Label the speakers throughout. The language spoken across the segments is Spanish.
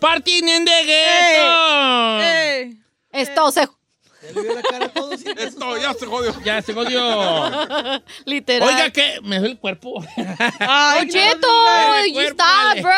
Speaker 1: Martín en de gueto.
Speaker 2: ¡Ey!
Speaker 3: Esto se.
Speaker 4: Ya le vio la cara a todos. y-
Speaker 5: Esto ya se jodió.
Speaker 1: Ya se jodió.
Speaker 3: Literal.
Speaker 1: Oiga, ¿qué? Me duele el cuerpo.
Speaker 3: Don
Speaker 2: ¡Ay,
Speaker 3: Cheto,
Speaker 1: dale,
Speaker 3: you
Speaker 1: cuerpo,
Speaker 3: stop,
Speaker 1: dale.
Speaker 3: bro.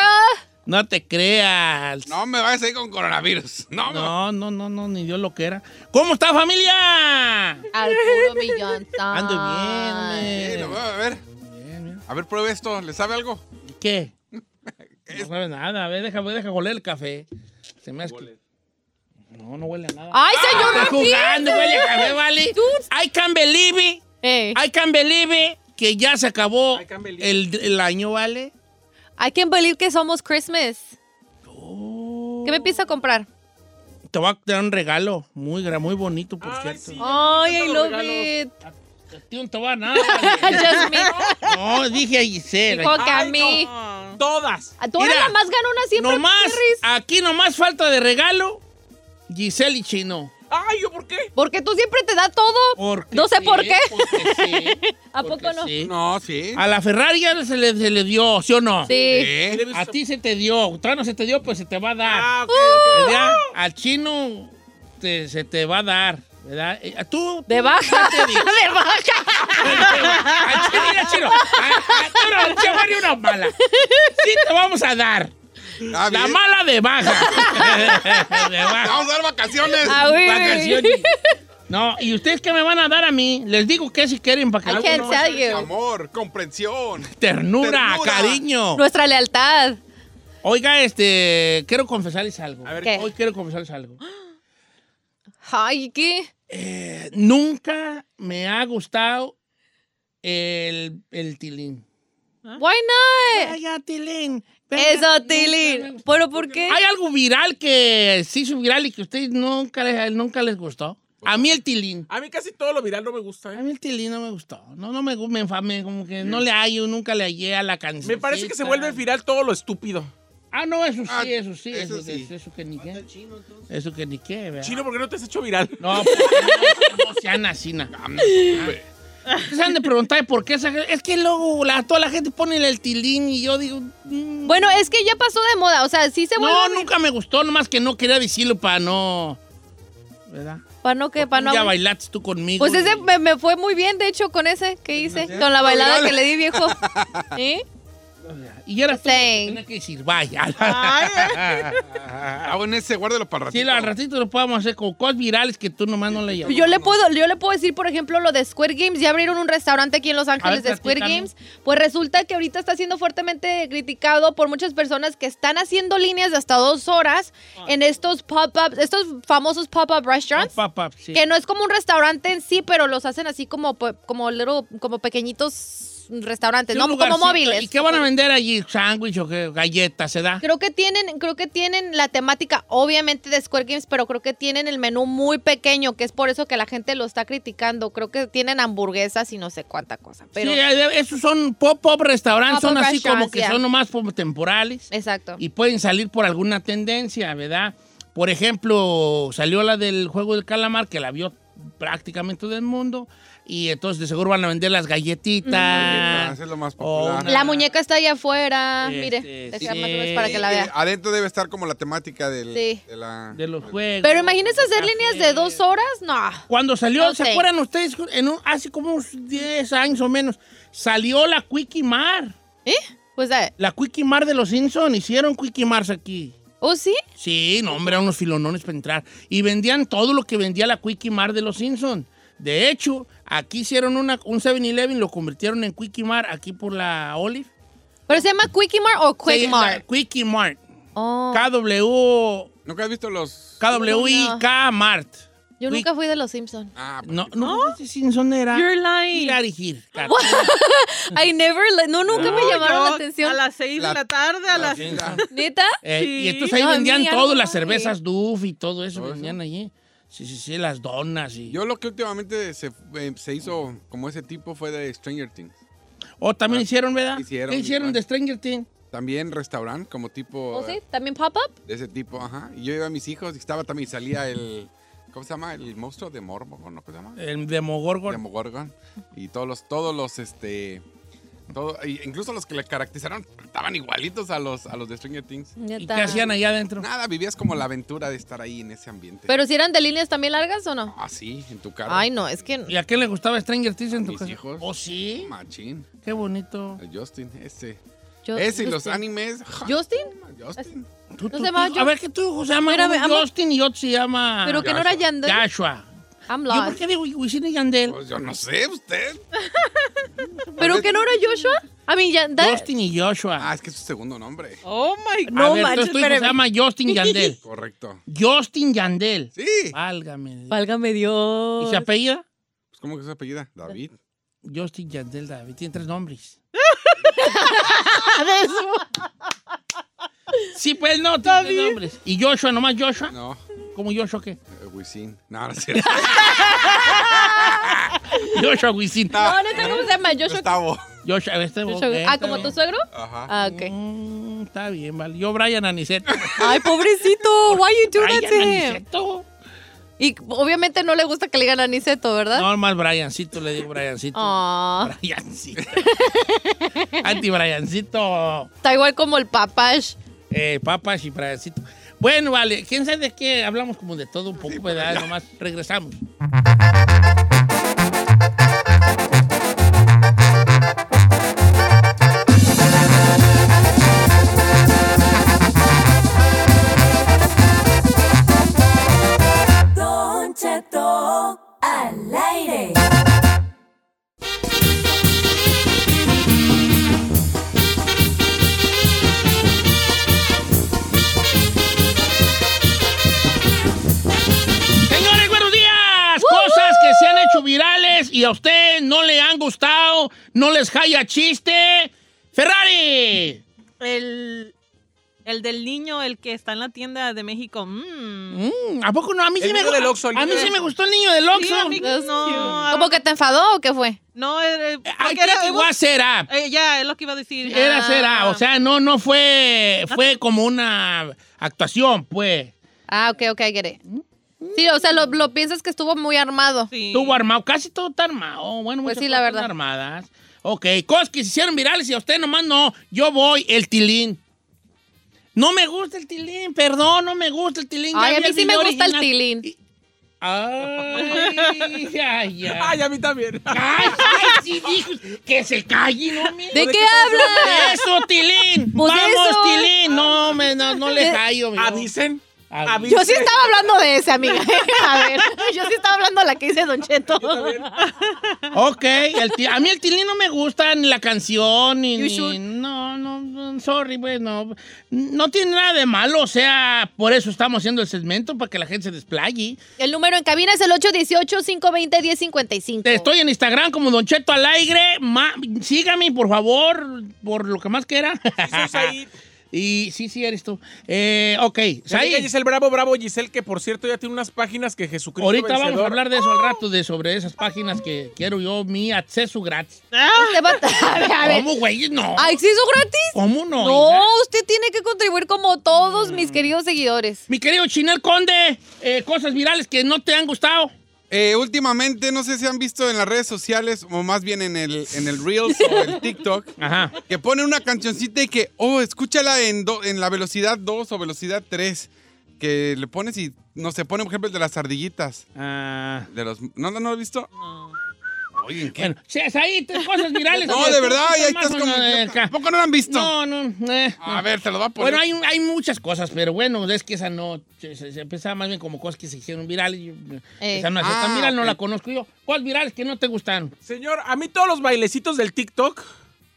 Speaker 1: no te creas.
Speaker 5: No me vayas ahí con coronavirus. No,
Speaker 1: No,
Speaker 5: no.
Speaker 1: no, no, no, ni Dios lo que era. ¿Cómo está, familia?
Speaker 3: Al puro millón.
Speaker 1: Ando
Speaker 3: ay.
Speaker 1: bien, hombre.
Speaker 5: Sí, lo voy a ver.
Speaker 1: Bien, bien.
Speaker 5: A ver, pruebe esto. ¿Le sabe algo?
Speaker 1: ¿Y ¿Qué? No sabe nada. A ver, déjame, déjame oler el café. Se me hace que- No, no huele a nada.
Speaker 3: Ay, señor,
Speaker 1: Está
Speaker 3: Martín.
Speaker 1: Ah, jugando, huele a café, vale. I can believe it.
Speaker 3: Ey,
Speaker 1: I can believe it que ya se acabó
Speaker 4: I can believe
Speaker 1: el, el año, ¿vale?
Speaker 3: I can't believe que somos Christmas. ¿Qué me piensa comprar?
Speaker 1: Te voy a dar un regalo muy, gra- muy bonito, por
Speaker 4: Ay,
Speaker 1: cierto.
Speaker 4: Ah, sí.
Speaker 3: Ay, I
Speaker 4: los
Speaker 3: love
Speaker 4: regalos.
Speaker 3: it.
Speaker 1: A ti no te va a nada. vale.
Speaker 3: Just me.
Speaker 1: No, dije a Giselle.
Speaker 3: Dijo que a
Speaker 4: Ay,
Speaker 3: mí.
Speaker 2: Ah.
Speaker 4: Todas.
Speaker 3: A todas
Speaker 1: Mira,
Speaker 3: las más ganona siempre.
Speaker 1: Nomás, Ah.
Speaker 3: Perris.
Speaker 1: aquí nomás falta de regalo Giselle y Chino.
Speaker 4: Ay, ¿yo por qué?
Speaker 3: Porque tú siempre te da todo.
Speaker 1: Porque
Speaker 3: No sé
Speaker 1: sí,
Speaker 3: por qué.
Speaker 1: porque sí,
Speaker 3: ¿A
Speaker 1: porque
Speaker 3: poco no?
Speaker 1: sí.
Speaker 5: No, sí.
Speaker 1: A la Ferrari ya se le, se le dio, ¿sí o no?
Speaker 3: Sí.
Speaker 5: Sí.
Speaker 4: Le he visto-
Speaker 1: Eh, A ti se te dio. Todavía no se te dio, pues se te va a dar.
Speaker 4: Ah, ok, ok.
Speaker 1: ¿Verdad? Al chino te- se te va a dar. ¿Verdad? Eh, Tú.
Speaker 3: De baja.
Speaker 1: te digo.
Speaker 3: De baja.
Speaker 1: Al chino, mira, chino. A- a- tú no, te voy a dar una mala. Sí te vamos a dar.
Speaker 5: Está
Speaker 1: La
Speaker 5: bien.
Speaker 1: mala de baja. De baja.
Speaker 5: Vamos a dar vacaciones.
Speaker 3: Ah, oui.
Speaker 1: Vacaciones. No, ¿y ustedes qué me van a dar a mí? Les digo que si quieren para que
Speaker 3: I
Speaker 1: luego
Speaker 3: can't
Speaker 1: no-
Speaker 3: tell you.
Speaker 5: Amor, comprensión.
Speaker 1: ternura,
Speaker 5: Ternura.
Speaker 1: cariño.
Speaker 3: Nuestra lealtad.
Speaker 1: Oiga, este, quiero confesarles algo.
Speaker 4: A ver,
Speaker 3: ¿Qué?
Speaker 1: Hoy quiero confesarles algo.
Speaker 3: Ay, ¿qué?
Speaker 1: Eh, nunca me ha gustado el, el tilín. ¿Ah?
Speaker 3: Why not?
Speaker 1: Ay, ya, tilín.
Speaker 3: Eso,
Speaker 1: Nunca me
Speaker 3: Tilly.
Speaker 1: gustó.
Speaker 3: ¿Pero por qué?
Speaker 1: ¿Hay algo viral que se hizo viral y que a ustedes nunca les, nunca les gustó? A mí el tilín.
Speaker 4: A mí casi todo lo viral no me gusta.
Speaker 1: A
Speaker 4: ¿eh?
Speaker 1: mí el tilín no me gustó. No, no me gusta, me enfame, como que no le hallo, nunca le hallé a la canción.
Speaker 4: Me parece que se vuelve viral todo lo estúpido.
Speaker 1: Ah, no, eso sí,
Speaker 5: Ah,
Speaker 1: eso sí, eso,
Speaker 5: eso
Speaker 1: eso,
Speaker 5: sí.
Speaker 1: eso que ni qué. Eso que ni qué, ¿verdad?
Speaker 4: Chino, ¿por qué no te has hecho viral?
Speaker 1: No, pues, no, no sean así, na. Ustedes Pues han de preguntar por qué esa gente- Es que luego la, toda la gente pone el tilín y yo digo. mm.
Speaker 3: Bueno, es que ya pasó de moda. O sea, sí se vuelve.
Speaker 1: no, nunca me gustó, nomás que no quería decirlo para no. ¿Verdad?
Speaker 3: ¿Para no que ¿Para no
Speaker 1: ya
Speaker 3: agüi-
Speaker 1: bailaste tú conmigo.
Speaker 3: Pues ese
Speaker 1: y-
Speaker 3: me, me fue muy bien, de hecho, con ese que
Speaker 1: Pues
Speaker 3: hice. Con la bailada que le di, viejo. ¿Eh?
Speaker 1: Y era tú que
Speaker 3: Sí.
Speaker 1: tenía que decir, vaya.
Speaker 5: Ah, bueno, ese, guárdelo para ratito.
Speaker 1: sí, al ratito lo podemos hacer con cosas virales que tú nomás no le llamas.
Speaker 3: Yo le puedo, yo le puedo decir, por ejemplo, lo de Square Games. Ya abrieron un restaurante aquí en Los Ángeles de Square
Speaker 1: platícanos.
Speaker 3: Games. Pues resulta que ahorita está siendo fuertemente criticado por muchas personas que están haciendo líneas de hasta dos horas
Speaker 1: Ah.
Speaker 3: en estos pop-ups, estos famosos pop-up restaurants.
Speaker 1: Pa, pa, sí.
Speaker 3: Que no es como un restaurante en sí, pero los hacen así como, pe- como, little- como pequeñitos restaurantes,
Speaker 1: Sí,
Speaker 3: no
Speaker 1: un lugarcito.
Speaker 3: como móviles.
Speaker 1: ¿Y qué van a vender allí? ¿Sándwich o qué? ¿Galletas se da?
Speaker 3: Creo que tienen, creo que tienen la temática, obviamente, de Square Games, pero creo que tienen el menú muy pequeño, que es por eso que la gente lo está criticando. Creo que tienen hamburguesas y no sé cuánta cosa. Pero
Speaker 1: sí, eh, esos son pop-up restaurantes, son
Speaker 3: Pop-up
Speaker 1: así como
Speaker 3: restaurants,
Speaker 1: que
Speaker 3: ya.
Speaker 1: son nomás como temporales
Speaker 3: exacto.
Speaker 1: y pueden salir por alguna tendencia, ¿verdad? Por ejemplo, salió la del juego del calamar que la vio prácticamente todo el mundo y entonces de seguro van a vender las
Speaker 5: Ah,
Speaker 1: galletitas.
Speaker 5: ese es lo más
Speaker 1: O
Speaker 5: popular.
Speaker 1: una-
Speaker 3: la muñeca está allá afuera.
Speaker 1: Este,
Speaker 3: Mire,
Speaker 1: sí.
Speaker 3: déjame más o menos para que la
Speaker 5: Sí, eh,
Speaker 3: vea.
Speaker 5: Adentro debe estar como la temática del,
Speaker 3: Sí.
Speaker 5: de la...
Speaker 1: De los juegos.
Speaker 3: Pero imagínense hacer
Speaker 1: café.
Speaker 3: líneas de dos horas, no.
Speaker 1: Cuando salió,
Speaker 3: No
Speaker 1: ¿se
Speaker 3: sé.
Speaker 1: acuerdan ustedes? En un- hace como unos 10 años o menos, salió la Quickie Mar.
Speaker 3: ¿Eh? Pues, eh,
Speaker 1: La Quickie Mar de los Simpson hicieron Quickie Mars aquí.
Speaker 3: ¿oh sí?
Speaker 1: Sí, no, hombre, eran unos filonones para entrar. Y vendían todo lo que vendía la Quickie Mart de los Simpsons. De hecho, aquí hicieron una, un 7-Eleven, lo convirtieron en Quickie Mart aquí por la Olive.
Speaker 3: ¿Pero se llama Quickie Mart o
Speaker 1: Sí,
Speaker 3: Quick
Speaker 1: la
Speaker 3: Mart?
Speaker 1: Quickie Mart.
Speaker 3: Oh,
Speaker 1: KW,
Speaker 5: ¿Nunca has visto los...?
Speaker 1: KWIK Mart.
Speaker 3: yo nunca fui de los Simpsons.
Speaker 5: Ah,
Speaker 1: No, no, ese Simpson era...
Speaker 2: You're lying.
Speaker 1: Ir a dirigir.
Speaker 3: I never, li- no, nunca me llamaron la
Speaker 2: Yo,
Speaker 3: atención.
Speaker 2: A las seis
Speaker 5: La-
Speaker 2: de la tarde, a las...
Speaker 3: ¿Neta?
Speaker 1: Eh,
Speaker 2: Sí.
Speaker 1: Y entonces ahí
Speaker 3: No, a mí
Speaker 1: vendían
Speaker 3: ya
Speaker 1: todo,
Speaker 3: no
Speaker 1: las
Speaker 3: sabe.
Speaker 1: cervezas Duff y todo eso,
Speaker 5: Todo eso.
Speaker 1: vendían allí. Sí, sí, sí, las donas y...
Speaker 5: Yo lo que últimamente se, eh, se hizo como ese tipo fue de Stranger Things.
Speaker 1: O Oh, también hicieron, ¿verdad?
Speaker 5: Hicieron,
Speaker 1: ¿Qué hicieron
Speaker 5: igual.
Speaker 1: de Stranger Things?
Speaker 5: También restaurante como tipo
Speaker 3: ¿Oh sí?
Speaker 5: eh,
Speaker 3: ¿También pop-up?
Speaker 5: de ese tipo, ajá. Y yo iba a mis hijos y estaba también salía el ¿cómo se llama? El monstruo de
Speaker 3: Eh,
Speaker 5: Morbo, ¿no? ¿Cómo se llama?
Speaker 1: El Demogorgon.
Speaker 5: Demogorgon y todos los todos los este Todo, y incluso los que le caracterizaron estaban igualitos a los, a los de Stranger Things.
Speaker 1: ¿Y qué hacían allá adentro?
Speaker 5: Nada, vivías como la aventura de estar ahí en ese ambiente.
Speaker 3: Pero si eran de líneas también largas o no?
Speaker 5: Ah, sí, en tu carro.
Speaker 3: Ay, no, es que
Speaker 1: ¿Y a quién le gustaba Stranger Things en tu
Speaker 5: Mis
Speaker 1: casa?
Speaker 5: hijos.
Speaker 1: ¿Oh, sí?
Speaker 5: Machín.
Speaker 1: Qué bonito.
Speaker 5: El Justin, ese.
Speaker 3: yo-
Speaker 1: Eh,
Speaker 5: ese y los
Speaker 3: Justin.
Speaker 5: animes.
Speaker 3: ¿Justin?
Speaker 5: Justin.
Speaker 1: Tú-
Speaker 3: ¿No
Speaker 1: tú-
Speaker 3: se llama
Speaker 1: tú-
Speaker 3: Ju-
Speaker 1: a ver, ¿qué tu hijo se llama?
Speaker 3: Espérame,
Speaker 1: Uno es
Speaker 3: ama-
Speaker 1: Justin y otro se llama
Speaker 3: Pero que no era Yandel.
Speaker 1: Joshua.
Speaker 3: I'm
Speaker 1: ¿Yo por
Speaker 3: lost.
Speaker 1: qué digo Wisin y Yandel?
Speaker 5: Pues yo no sé, usted. Pues
Speaker 3: ¿Pero que no era Joshua? A mí ya... da-
Speaker 1: Justin y Joshua.
Speaker 5: Ah, es que es su segundo nombre.
Speaker 3: Oh my God.
Speaker 1: a
Speaker 3: No
Speaker 1: ver,
Speaker 3: manches,
Speaker 1: entonces tu hijo se
Speaker 3: espérame.
Speaker 1: llama Justin Yandel.
Speaker 5: Correcto.
Speaker 1: Justin Yandel.
Speaker 5: Sí.
Speaker 1: Válgame.
Speaker 3: Válgame Dios.
Speaker 1: ¿Y se apellida?
Speaker 5: Pues, ¿Cómo que es su apellida? David.
Speaker 1: Justin Yandel David. Tiene tres nombres. Sí, pues no, tiene tres nombres. ¿Y Joshua, nomás Joshua?
Speaker 5: No,
Speaker 1: ¿Cómo Joshua qué?
Speaker 5: eh, Wisin. No, no es cierto.
Speaker 1: Joshua Wisin.
Speaker 3: No, neta, ¿cómo se llama? Joshua.
Speaker 5: Gustavo.
Speaker 1: Joshua, este
Speaker 3: Joshua-
Speaker 1: eh,
Speaker 3: Ah,
Speaker 1: está
Speaker 3: ¿como
Speaker 1: bien.
Speaker 3: tu suegro?
Speaker 5: Ajá.
Speaker 3: Ah, ok.
Speaker 1: Mm, está bien, vale. Yo, Brian Anicet.
Speaker 3: Ay, pobrecito. Why you do that to
Speaker 1: Brian
Speaker 3: him?
Speaker 1: Aniceto.
Speaker 3: Y obviamente no le gusta que le digan Aniceto, ¿verdad?
Speaker 1: No, más Briancito, le digo Briancito.
Speaker 3: Ah,
Speaker 1: Briancito. Anti-Briancito.
Speaker 3: Está igual como el papash.
Speaker 1: Eh, papas y Briancito. Bueno, vale. ¿Quién sabe de qué? Hablamos como de todo un poco, ¿verdad? Nomás regresamos.
Speaker 2: Don Cheto al aire.
Speaker 1: Señores, buenos días. Cosas que se han hecho virales y a usted no le han gustado, no les haya chiste. Ferrari.
Speaker 6: El, el del niño, el que está en la tienda de México. Mm.
Speaker 1: Mm, ¿A poco no? A mí,
Speaker 4: El
Speaker 1: sí me,
Speaker 4: niño
Speaker 1: gu-
Speaker 4: del Oxxo, el
Speaker 1: a mí
Speaker 4: niño
Speaker 1: sí
Speaker 4: del
Speaker 1: me gustó el niño del
Speaker 6: Sí,
Speaker 1: Oxxo.
Speaker 6: a mí
Speaker 3: That's
Speaker 6: no,
Speaker 3: ¿Cómo
Speaker 6: a-
Speaker 3: que te enfadó o qué fue?
Speaker 6: no, era-
Speaker 1: I
Speaker 6: porque
Speaker 1: think
Speaker 6: era-
Speaker 1: it was set up.
Speaker 6: eh, ya, es lo que iba a decir.
Speaker 1: Era
Speaker 3: Ah.
Speaker 1: será, o sea, no, no fue, fue como una actuación, pues.
Speaker 3: Ah, ok, ok, I get it. Sí, o sea, lo, lo piensas que estuvo muy armado.
Speaker 6: ah, Sí.
Speaker 1: Estuvo armado, casi todo está armado. Oh, Bueno,
Speaker 3: Pues
Speaker 1: muchas
Speaker 3: sí, la
Speaker 1: cosas
Speaker 3: verdad.
Speaker 1: están armadas. Ok, cosas que se hicieron virales y a usted nomás no. Yo voy, el tilín. No me gusta el tilín, perdón, no me gusta el tilín. Ya
Speaker 3: Ay, a
Speaker 1: vi
Speaker 3: mí
Speaker 1: el
Speaker 3: sí me
Speaker 1: video
Speaker 3: gusta el
Speaker 1: original.
Speaker 3: tilín.
Speaker 1: Y- Ay, ay, ay.
Speaker 4: Ay, a mí también.
Speaker 1: Ay, ay, sí, dijo, que se calle, no me.
Speaker 3: ¿De qué
Speaker 1: De
Speaker 3: hablas?
Speaker 1: Eso, Tilín.
Speaker 3: Pues
Speaker 1: Vamos,
Speaker 3: eso.
Speaker 1: Tilín. No, me, no, no le hallo.
Speaker 4: Ah,
Speaker 1: mijo.
Speaker 4: Avisen.
Speaker 1: Avisen.
Speaker 4: avisen.
Speaker 3: Yo sí estaba hablando de ese, amiga. A ver, yo sí estaba hablando de la que dice Don Cheto.
Speaker 1: Ok, el ti- a mí el Tilín no me gusta ni la canción ni...
Speaker 3: You
Speaker 1: ni-
Speaker 3: should.
Speaker 1: no, no, no, sorry, pues no. No tiene nada de malo, o sea, por eso estamos haciendo el segmento, para que la gente se desplaye.
Speaker 3: El número en cabina es el 818-520-1055.
Speaker 1: Te Estoy en Instagram como Don Cheto Alegre. Ma- sígame, por favor, por lo que más quiera.
Speaker 4: Jesús ahí.
Speaker 1: y sí, sí, eres tú. Eh, ok, Said,
Speaker 4: Giselle, Giselle Bravo, Bravo Giselle, que por cierto ya tiene unas páginas que Jesucristo
Speaker 1: ahorita
Speaker 4: vencedor-
Speaker 1: vamos a hablar de eso al rato, de sobre esas páginas que quiero yo, mi acceso gratis.
Speaker 3: Ah, Usted va- a ver, a ver.
Speaker 1: ¿Cómo, Oh güey? No.
Speaker 3: ¿Ah, ¿exijo gratis?
Speaker 1: ¿Cómo no? hija?
Speaker 3: No, usted tiene que contribuir como todos mis queridos seguidores.
Speaker 1: Mi querido Chinel Conde, eh, cosas virales que no te han gustado.
Speaker 5: Eh, últimamente, no sé si han visto en las redes sociales, o más bien en el, en el Reels o el TikTok,
Speaker 1: Ajá.
Speaker 5: que ponen una cancioncita y que, oh, escúchala en, do- en la velocidad 2 o velocidad 3. Que le pones y, no sé, pone, por ejemplo, el de las ardillitas. De los, ¿No, no, no lo has visto? Oye, ¿en qué?
Speaker 1: Ah, Bueno, sí, es ahí, tres cosas virales.
Speaker 5: no,
Speaker 1: Oye,
Speaker 5: de
Speaker 1: tú
Speaker 5: verdad,
Speaker 1: estás
Speaker 5: y ahí
Speaker 1: más
Speaker 5: estás
Speaker 1: o
Speaker 5: como...
Speaker 1: menos acá.
Speaker 5: ¿Tampoco no lo han visto? Ah,
Speaker 1: No, no. eh,
Speaker 5: A
Speaker 1: no.
Speaker 5: ver, te lo voy a poner.
Speaker 1: Bueno, hay, un- hay muchas cosas, pero bueno, es que esa no. Se, se- se empezaba más bien como cosas que se hicieron virales. yo-
Speaker 3: Eh.
Speaker 1: Esa no es tan
Speaker 5: Ah,
Speaker 1: viral, no
Speaker 5: ok.
Speaker 1: la conozco yo. ¿Cuáles virales que no te gustaron?
Speaker 4: Señor, a mí todos los bailecitos del TikTok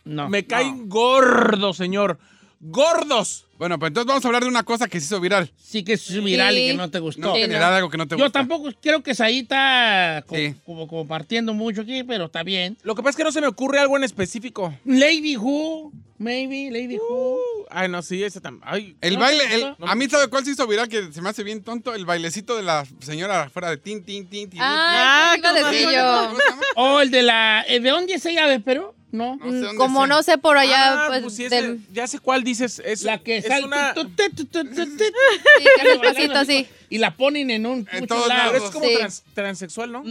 Speaker 1: No.
Speaker 4: me caen gordos, señor. Gordos.
Speaker 5: Bueno, pues entonces vamos a hablar de una cosa que se hizo viral.
Speaker 1: Sí que es viral y
Speaker 3: Sí.
Speaker 1: que no te gustó.
Speaker 5: No,
Speaker 3: Sí,
Speaker 5: generar algo Pues que no te
Speaker 1: Yo
Speaker 5: gusta.
Speaker 1: tampoco creo que ahí está co-
Speaker 5: Sí.
Speaker 1: como compartiendo mucho aquí, pero está bien.
Speaker 4: Lo que pasa es que no se me ocurre algo en específico. Uh,
Speaker 1: Lady Who, maybe, Lady Who.
Speaker 4: Ay, no, sí, ese también. Ay,
Speaker 5: El
Speaker 1: ¿No
Speaker 5: baile,
Speaker 1: te
Speaker 5: el-
Speaker 1: gustó?
Speaker 5: a mí sabe cuál se hizo viral que se me hace bien tonto, el bailecito de la señora afuera de tin tin tin tin.
Speaker 3: Ah,
Speaker 6: Ah,
Speaker 3: iba a
Speaker 6: qué
Speaker 5: tin, tin.
Speaker 3: decir
Speaker 5: ¿Cómo
Speaker 6: sí,
Speaker 3: yo.
Speaker 5: se llama?
Speaker 1: O el de la. eh, ¿De dónde es ella de Perú? No.
Speaker 5: No sé dónde
Speaker 3: Mm, Como
Speaker 5: sea.
Speaker 3: no sé por allá,
Speaker 4: Ah,
Speaker 3: pues,
Speaker 4: pues sí, es
Speaker 3: del-
Speaker 4: de- ya sé cuál dices. Es,
Speaker 1: La que
Speaker 4: es
Speaker 1: sale.
Speaker 4: una-
Speaker 1: tu, tu, tu, tu, tu, tu,
Speaker 3: sí, casi
Speaker 1: bailando
Speaker 3: pasito
Speaker 1: así.
Speaker 3: así.
Speaker 1: Y la ponen en un.
Speaker 5: En
Speaker 1: muchos
Speaker 5: todos
Speaker 1: lados.
Speaker 5: lados.
Speaker 4: Pero es como
Speaker 3: Sí.
Speaker 4: trans- transexual, ¿no?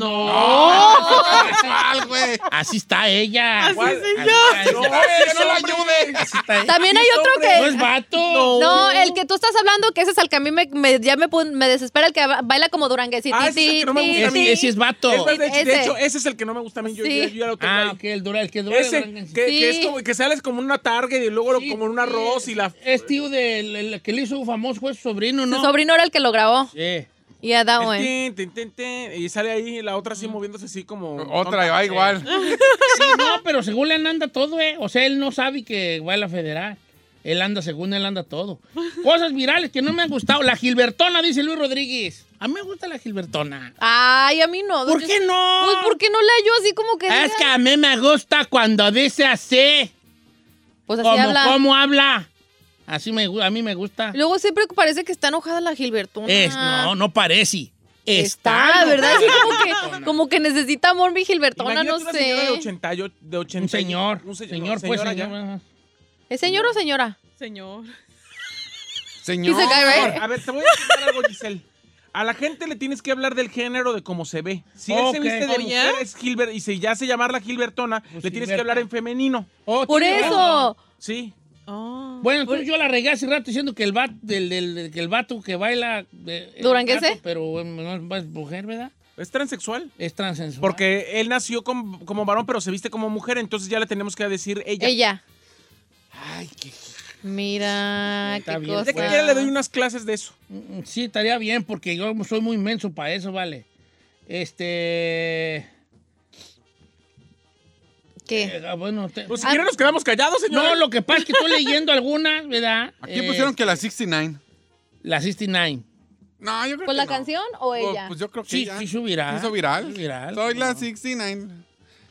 Speaker 5: ¡Mal, güey!
Speaker 1: Así está ella.
Speaker 6: Así
Speaker 1: ¿Cuál?
Speaker 6: es
Speaker 1: Así está
Speaker 4: No,
Speaker 1: ella.
Speaker 4: ese
Speaker 5: no la
Speaker 4: hombre.
Speaker 5: ayude.
Speaker 1: Así está ella.
Speaker 3: También hay
Speaker 4: Sí,
Speaker 3: otro
Speaker 4: hombre,
Speaker 1: No
Speaker 3: que...
Speaker 1: es vato.
Speaker 3: No, el que tú estás hablando, que ese es el que a mí me, me- ya me, pon- me desespera, el que ba- baila como duranguecito.
Speaker 4: Ah, ese es el que no me gusta a
Speaker 1: Ese,
Speaker 4: mí.
Speaker 1: ese es vato.
Speaker 4: Es más, de, hecho- de
Speaker 3: Ese.
Speaker 4: hecho, ese es el que no me gusta a mí. Yo,
Speaker 3: Sí.
Speaker 4: yo- yo ya lo tengo
Speaker 1: Ah,
Speaker 4: ahí.
Speaker 1: ok, el dura, el que dura.
Speaker 4: Ese,
Speaker 1: dura-
Speaker 4: que, que es
Speaker 3: Sí.
Speaker 4: como que sales como una target y luego
Speaker 1: Sí,
Speaker 4: como en un arroz y la.
Speaker 1: Es tío del el que le hizo famoso fue su sobrino,
Speaker 3: Su
Speaker 1: ¿no?
Speaker 3: sobrino era el que lo grabó.
Speaker 1: Sí.
Speaker 3: Y a that
Speaker 4: el
Speaker 3: one.
Speaker 4: tin, tin, tin, tin, y sale ahí la otra así moviéndose así como.
Speaker 5: Otra,
Speaker 4: tonta.
Speaker 5: va igual.
Speaker 1: Sí, no, pero según él anda todo, ¿eh? O sea, él no sabe que va a la federal. Él anda, según él anda todo. Cosas virales que no me han gustado. La Gilbertona, dice Luis Rodríguez. A mí me gusta la Gilbertona.
Speaker 3: Ay, a mí no.
Speaker 1: ¿Por
Speaker 3: Yo-
Speaker 1: qué no?
Speaker 3: Pues porque no la yo así como que.
Speaker 1: Es
Speaker 3: diga?
Speaker 1: que a mí me gusta cuando dice así.
Speaker 3: Pues así
Speaker 1: como
Speaker 3: habla.
Speaker 1: cómo habla. Así me, gu- a mí me gusta.
Speaker 3: Luego siempre parece que está enojada la Gilbertona.
Speaker 1: Es, no, no parece.
Speaker 3: Está,
Speaker 1: Está,
Speaker 3: ¿verdad? Sí, como que, como que necesita amor mi Gilbertona,
Speaker 4: Imagínate
Speaker 3: no
Speaker 4: una señora de
Speaker 3: sé.
Speaker 4: 80, y- de 80
Speaker 1: Un señor.
Speaker 4: un se-
Speaker 1: señor,
Speaker 4: no,
Speaker 1: pues,
Speaker 4: señora
Speaker 1: señor.
Speaker 4: ya.
Speaker 1: ajá.
Speaker 3: ¿Es señor o señora?
Speaker 6: Señor.
Speaker 5: Señor.
Speaker 3: He's a guy, right?
Speaker 4: A ver, te voy a explicar algo, Giselle. A la gente le tienes que hablar del género de cómo se ve. Si él se
Speaker 1: Ok.
Speaker 4: viste de
Speaker 1: Oh,
Speaker 4: mujer, es Gilbert, y si ya se llamarla Gilbertona,
Speaker 1: Pues
Speaker 4: le tienes
Speaker 1: Gilberta.
Speaker 4: que hablar en femenino.
Speaker 1: Oh,
Speaker 3: Por
Speaker 1: tiene
Speaker 3: eso.
Speaker 4: Sí.
Speaker 6: Oh.
Speaker 1: Bueno, entonces yo la regué hace rato diciendo que el, vato del, del- del- que el vato que baila... de- es
Speaker 3: ¿Duranguense?
Speaker 1: vato, pero eh, no es mujer, ¿verdad?
Speaker 4: Es transexual.
Speaker 1: Es transensual.
Speaker 4: Porque él nació como, como varón, pero se viste como mujer, entonces ya le tenemos que decir ella.
Speaker 3: Ella.
Speaker 1: Ay, qué...
Speaker 3: Mira,
Speaker 1: Está
Speaker 3: qué
Speaker 1: bien,
Speaker 3: cosa.
Speaker 4: De que quiera le doy unas clases de eso.
Speaker 1: Mm, Sí, estaría bien, porque yo soy muy inmenso para eso, ¿vale? Este...
Speaker 3: ¿Qué?
Speaker 1: eh, bueno, te-
Speaker 4: Pues si
Speaker 3: Ah.
Speaker 4: quieren nos quedamos callados, señor.
Speaker 1: No, lo que pasa es que estoy leyendo algunas, ¿verdad?
Speaker 5: Aquí pusieron
Speaker 1: Eh,
Speaker 5: que la 69.
Speaker 1: La 69.
Speaker 5: No, yo creo
Speaker 3: ¿Pues
Speaker 5: que
Speaker 3: la
Speaker 5: no.
Speaker 3: canción o
Speaker 5: Pues-
Speaker 3: ella?
Speaker 5: Pues yo creo que
Speaker 1: Sí,
Speaker 5: ya.
Speaker 1: sí, su viral.
Speaker 5: ¿Hizo viral?
Speaker 1: Su viral,
Speaker 5: Soy la
Speaker 1: no.
Speaker 5: 69.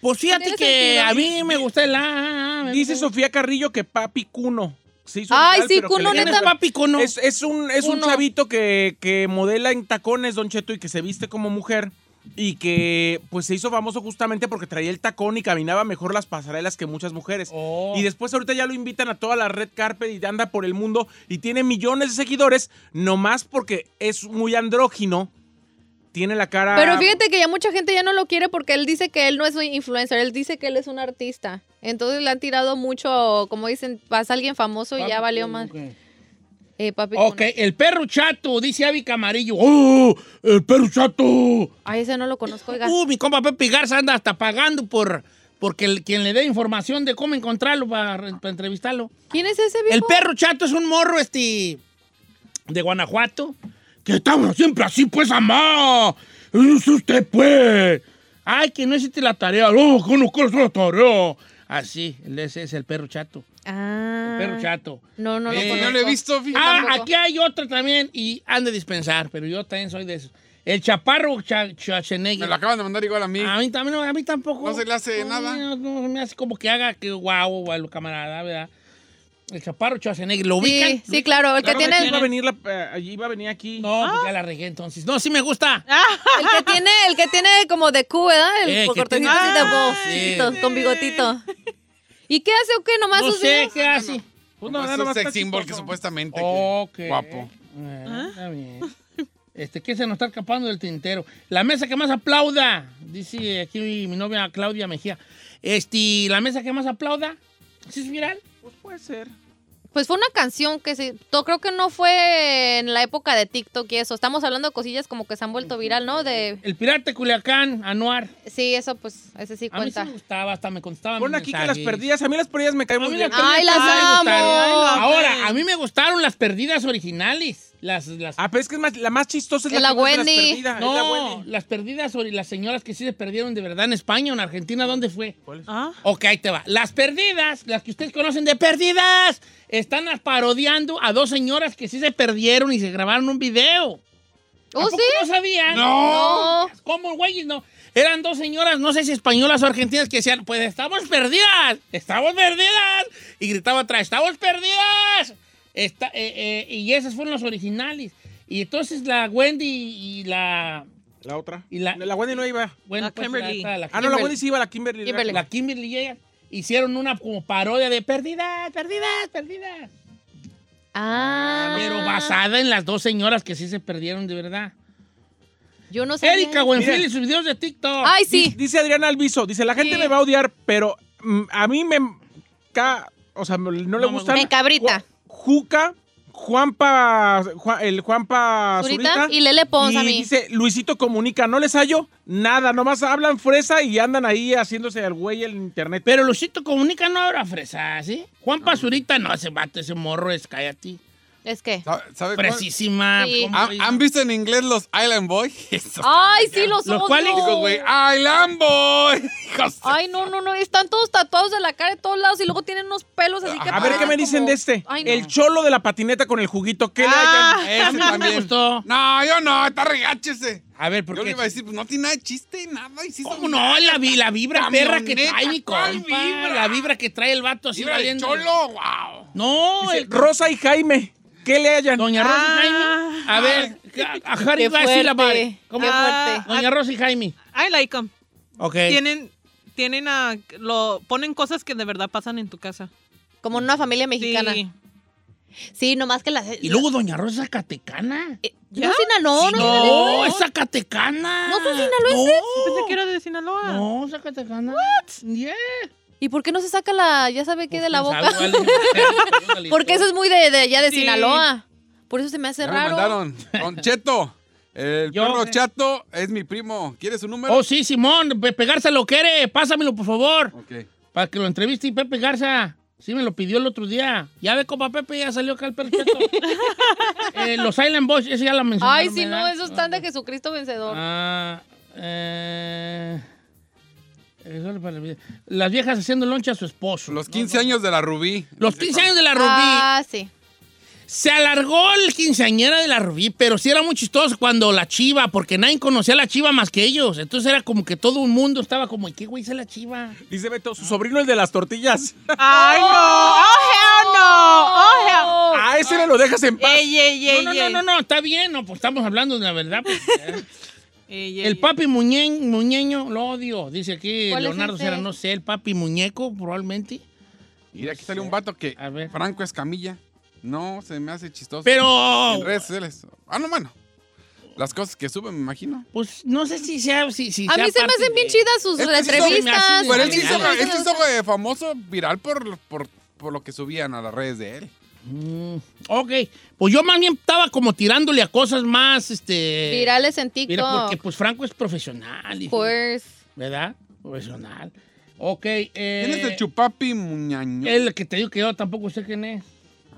Speaker 1: Pues fíjate
Speaker 3: Tiene
Speaker 1: que
Speaker 3: sentido.
Speaker 1: a mí me gusta el... ah, me
Speaker 4: Dice
Speaker 1: gusta el-
Speaker 4: Sofía Carrillo que papi Cuno. Se hizo
Speaker 3: Ay,
Speaker 4: viral,
Speaker 3: sí,
Speaker 4: pero que
Speaker 3: Cuno,
Speaker 4: le-
Speaker 1: ¿Quién es
Speaker 3: neta.
Speaker 1: papi Cuno?
Speaker 4: Es, es un, es un
Speaker 3: Uno.
Speaker 4: chavito que, que modela en tacones, Don Cheto, y que se viste como mujer. Y que pues se hizo famoso justamente porque traía el tacón y caminaba mejor las pasarelas que muchas mujeres.
Speaker 1: Oh.
Speaker 4: Y después ahorita ya lo invitan a toda la red carpet y anda por el mundo y tiene millones de seguidores, nomás porque es muy andrógino, tiene la cara...
Speaker 1: Ah,
Speaker 3: Pero fíjate que ya mucha gente ya no lo quiere porque él dice que él no es un influencer, él dice que él es un artista. Entonces le han tirado mucho, como dicen, pasa alguien famoso y ya
Speaker 1: Papi
Speaker 3: valió
Speaker 1: Cuno,
Speaker 3: más.
Speaker 1: ok.
Speaker 3: Eh, papi.
Speaker 1: Ok,
Speaker 3: Cuno.
Speaker 1: el perro chato, dice Avi Camarillo. ¡Oh! ¡El perro chato!
Speaker 3: Ay, ese no lo conozco, oiga.
Speaker 1: Uh, mi compa Pepe Garza anda hasta pagando por porque el- quien le dé información de cómo encontrarlo para, para entrevistarlo.
Speaker 3: ¿Quién es ese viejo?
Speaker 1: El perro chato es un morro este de Guanajuato que estaba siempre así, pues, amá. Es usted, pues. Ay, que no hiciste la tarea. No, que no quiero hacer la tarea. Así, ese es el perro chato.
Speaker 3: Ah.
Speaker 1: El perro chato.
Speaker 3: No, pues no lo
Speaker 1: Eh,
Speaker 3: conozco.
Speaker 5: No lo he visto, fíjate.
Speaker 1: Ah,
Speaker 3: tampoco.
Speaker 1: aquí hay otro también y han de dispensar, pero yo también soy de esos. El chaparro cha-
Speaker 5: Me
Speaker 1: Schwarzenegger.
Speaker 5: lo acaban de mandar igual a mí.
Speaker 1: A mí también, no, a mí tampoco.
Speaker 5: No se le hace
Speaker 1: No,
Speaker 5: nada.
Speaker 1: No, no, me hace como que haga que guau, guau, camarada, ¿verdad? El chaparro Schwarzenegger, ¿lo ubican?
Speaker 3: Sí,
Speaker 1: ¿Lo
Speaker 3: sí,
Speaker 1: ubican?
Speaker 3: claro. El que,
Speaker 4: Claro,
Speaker 3: tiene,
Speaker 4: iba a venir, la- eh, allí iba a venir aquí.
Speaker 1: No, pues ya la regué entonces. No, sí me gusta.
Speaker 6: Ah,
Speaker 3: el que tiene, el que tiene como de Q, ¿verdad? El
Speaker 1: Eh, que tiene-
Speaker 3: cortecito así de voz,
Speaker 1: Sí.
Speaker 3: chiquito, con bigotito. ¿Y qué hace o qué? Nomás
Speaker 1: no
Speaker 3: sus
Speaker 1: sé,
Speaker 3: videos?
Speaker 1: ¿qué hace?
Speaker 4: Pues
Speaker 5: Ah, No,
Speaker 4: nada
Speaker 5: es
Speaker 4: más
Speaker 5: un
Speaker 4: está
Speaker 5: sex symbol que
Speaker 4: chistoso.
Speaker 5: supuestamente. que-
Speaker 1: Ok.
Speaker 5: Guapo.
Speaker 1: Eh,
Speaker 3: ¿Ah?
Speaker 1: Está bien. Este, ¿qué se nos está escapando del tintero? La mesa que más aplauda, dice aquí mi, mi novia Claudia Mejía. Este, la mesa que más aplauda, ¿sí es viral?
Speaker 4: Pues puede ser.
Speaker 3: Pues fue una canción que se, to- creo que no fue en la época de TikTok y eso. Estamos hablando de cosillas como que se han vuelto viral, ¿no? De
Speaker 1: El pirata de Culiacán, Anuar.
Speaker 3: sí, eso pues ese sí
Speaker 1: A mí sí
Speaker 3: cuenta.
Speaker 1: me gustaba, hasta me contestaban
Speaker 4: Pon
Speaker 1: mis
Speaker 4: aquí que las
Speaker 1: mensajes.
Speaker 4: perdidas, a mí las perdidas me caen
Speaker 1: A
Speaker 4: muy
Speaker 1: mí
Speaker 4: bien.
Speaker 1: las perdidas
Speaker 3: Ay, las
Speaker 1: también me gustaron.
Speaker 3: amo.
Speaker 1: Ahora, a mí me gustaron las perdidas originales. Las, las,
Speaker 4: Ah, pero es que es más- la más chistosa es
Speaker 3: Es
Speaker 4: la,
Speaker 3: la
Speaker 4: que más de las
Speaker 3: Wendy.
Speaker 4: perdidas, Ah, es la
Speaker 1: no,
Speaker 4: Wendy.
Speaker 1: las perdidas sobre las señoras que sí se perdieron de verdad en España o en Argentina, ¿dónde fue?
Speaker 6: Ah.
Speaker 1: Ok, ahí te va. Las perdidas, las que ustedes conocen de perdidas, están parodiando a dos señoras que sí se perdieron y se grabaron un video.
Speaker 3: ¿Oh,
Speaker 1: ¿A poco
Speaker 3: sí?
Speaker 1: no sabían?
Speaker 3: No. No.
Speaker 1: ¿Cómo, güey? No. Eran dos señoras, no sé si españolas o argentinas, que decían, pues estamos perdidas, estamos perdidas. Y gritaba atrás, estamos perdidas. Está- eh, eh, y esas fueron las originales. Y entonces la Wendy y la...
Speaker 4: La otra.
Speaker 1: Y la-
Speaker 4: Wendy no iba.
Speaker 1: Bueno,
Speaker 6: La
Speaker 1: pues,
Speaker 6: Kimberly.
Speaker 1: esta, la
Speaker 4: Ah, no, la
Speaker 1: Kimberly-
Speaker 4: Wendy sí iba, la Kimberly.
Speaker 3: Kimberly.
Speaker 1: la Kimberly y ella. hicieron una como parodia de perdidas, perdidas, perdidas.
Speaker 3: Ah.
Speaker 1: Pero basada en las dos señoras que sí se perdieron de verdad.
Speaker 3: Yo no sé.
Speaker 1: Erika Buenfil y sus videos de TikTok.
Speaker 3: Ay,
Speaker 4: Di-
Speaker 3: sí.
Speaker 4: Dice Adriana Alviso, dice, la gente
Speaker 3: Sí.
Speaker 4: me va a odiar, pero mm, a mí me... ca- o sea, no le
Speaker 1: me
Speaker 4: gustan...
Speaker 3: Me cabrita.
Speaker 4: Ju- Juca, Juanpa... Juan- el Juanpa
Speaker 3: Zurita
Speaker 4: Zurita.
Speaker 3: y Lele Pons a
Speaker 4: Y
Speaker 3: mí.
Speaker 4: dice, Luisito comunica, no les hallo nada, nomás hablan fresa y andan ahí haciéndose al güey el internet.
Speaker 1: Pero Lucito Comunica no habrá fresas, ¿sí? Juan Pazurita no se mate ese morro, es cállate.
Speaker 3: Es que.
Speaker 5: ¿Sabe- ¿Sabe cuál?
Speaker 1: Fresísima.
Speaker 3: Sí.
Speaker 1: ¿cómo
Speaker 5: ¿Han,
Speaker 1: dice?
Speaker 5: Ah, han visto en inglés los Island Boy? Esos
Speaker 3: Ay, sí, los
Speaker 1: Los
Speaker 3: odio.
Speaker 1: cuales-
Speaker 5: chicos, güey. ¡Island Boy! Hijos de-
Speaker 3: Ay, no, no, no. Están todos tatuados de la cara de todos lados y luego tienen unos pelos así que
Speaker 4: a ver qué
Speaker 3: parecen
Speaker 4: me dicen
Speaker 3: como-
Speaker 4: de este.
Speaker 3: Ay, no.
Speaker 4: El cholo de la patineta con el juguito. ¿Qué le
Speaker 3: Ah.
Speaker 4: hallan?
Speaker 5: Ese
Speaker 1: No me
Speaker 5: también.
Speaker 1: gustó.
Speaker 5: No, yo no, está regáchese.
Speaker 1: A ver,
Speaker 5: Yo
Speaker 1: ¿por
Speaker 5: le
Speaker 1: qué?
Speaker 5: iba a decir, pues no tiene nada de chiste, nada. Y sí
Speaker 1: ¿Cómo
Speaker 5: son-
Speaker 1: no? La, vi- la vibra
Speaker 5: Camioneta,
Speaker 1: perra que trae mi compa.
Speaker 5: ¿cuál vibra?
Speaker 1: La vibra que trae el vato así
Speaker 5: Mira, el
Speaker 1: valiendo.
Speaker 5: cholo, wow.
Speaker 1: No,
Speaker 4: Dice,
Speaker 1: el-
Speaker 4: Rosa y Jaime, ¿qué le hallan?
Speaker 1: Doña Rosa y
Speaker 6: Ah.
Speaker 1: Jaime. A ver, a, a Harry
Speaker 3: Qué
Speaker 1: va a decir la
Speaker 3: fuerte.
Speaker 1: madre. ¿Cómo?
Speaker 3: Qué
Speaker 6: Ah.
Speaker 3: fuerte.
Speaker 1: Doña Rosa y Jaime.
Speaker 6: I like 'em.
Speaker 1: Ok.
Speaker 6: Tienen, tienen ah, lo, ponen cosas que de verdad pasan en tu casa.
Speaker 3: Como en una familia mexicana.
Speaker 6: Sí.
Speaker 3: Sí, nomás que las.
Speaker 1: Y luego Doña Rosa Zacatecana.
Speaker 3: Eh, No, Sina, no, no.
Speaker 1: No, es Zacatecana.
Speaker 3: ¿No son sinaloenses?
Speaker 6: Pensé que era de Sinaloa.
Speaker 1: No, Zacatecana. Yeah.
Speaker 3: ¿Y por qué no se saca la, ya sabe qué, de la
Speaker 1: Pues,
Speaker 3: boca?
Speaker 1: quién sabe, vale.
Speaker 3: Porque eso es muy de, de allá de
Speaker 6: Sí.
Speaker 3: Sinaloa. Por eso se me hace
Speaker 5: Ya me
Speaker 3: raro.
Speaker 5: mandaron. Don Cheto. El
Speaker 1: Yo- eh.
Speaker 5: perro chato es mi primo. ¿Quieres su número?
Speaker 1: Oh, sí, Simón, Pe- Pegarza lo quiere. Pásamelo, por favor.
Speaker 5: Ok.
Speaker 1: Para que lo entreviste y Pepe Garza. Sí, me lo pidió el otro día. Ya ve, compa Pepe, ya salió acá el perfecto. Eh, los Silent Boys, eso ya la mencionaron.
Speaker 3: Ay, sí, no,
Speaker 1: ¿verdad?
Speaker 3: esos están de Jesucristo vencedor.
Speaker 1: Ah, eh, eso le para el video. Las viejas haciendo loncha a su esposo.
Speaker 5: Los
Speaker 1: No,
Speaker 5: 15
Speaker 1: no.
Speaker 5: años de la Rubí.
Speaker 1: Los 15 años de la Rubí.
Speaker 3: Ah, sí.
Speaker 1: Se alargó el quinceañera de la Rubí, pero sí era muy chistoso cuando la chiva, porque nadie conocía a la chiva más que ellos. Entonces era como que todo el mundo estaba como, ¿y qué güey es la chiva?
Speaker 4: Dice Beto, su sobrino el de las tortillas.
Speaker 1: Ah,
Speaker 6: ¡Ay, no! ¡Oh, hell no! ¡Oh, hell!
Speaker 4: A ese le lo dejas en paz.
Speaker 6: Ey, ey, ey,
Speaker 1: no, no,
Speaker 6: ey.
Speaker 1: no, no, no, está bien, no, pues estamos hablando de la verdad. pues.
Speaker 6: Ey, ey,
Speaker 1: el papi muñe- muñeño, lo odio, dice aquí
Speaker 3: ¿Cuál es
Speaker 1: Leonardo
Speaker 3: ese?
Speaker 1: Serra, no sé, el papi muñeco probablemente.
Speaker 5: Mira, aquí sale un vato que.
Speaker 1: A ver.
Speaker 5: Franco Escamilla. No, se me hace chistoso.
Speaker 1: Pero,
Speaker 5: En redes sociales. Ah, no, bueno. Las cosas que suben, me imagino.
Speaker 1: pues no sé si sea... Si, si
Speaker 3: A
Speaker 1: sea
Speaker 3: mí se me
Speaker 1: parte
Speaker 3: hacen bien
Speaker 1: de-
Speaker 3: chidas sus
Speaker 5: Es que sí son-
Speaker 3: entrevistas.
Speaker 1: Pero
Speaker 5: Pero
Speaker 1: él
Speaker 5: él
Speaker 1: sí
Speaker 5: se
Speaker 1: hizo-
Speaker 5: hizo,
Speaker 1: él
Speaker 5: eh, famoso viral por, por, por lo que subían a las redes de él.
Speaker 1: Mm, ok, pues yo más bien estaba como tirándole a cosas más, este...
Speaker 3: Virales en
Speaker 1: Mira, porque
Speaker 3: TikTok.
Speaker 1: pues Franco es profesional. hijo.
Speaker 3: Pues,
Speaker 1: ¿Verdad? Profesional. Ok. Eh,
Speaker 5: ¿Quién es el Chupapi Muñaño?
Speaker 1: El que te digo que yo tampoco sé quién es.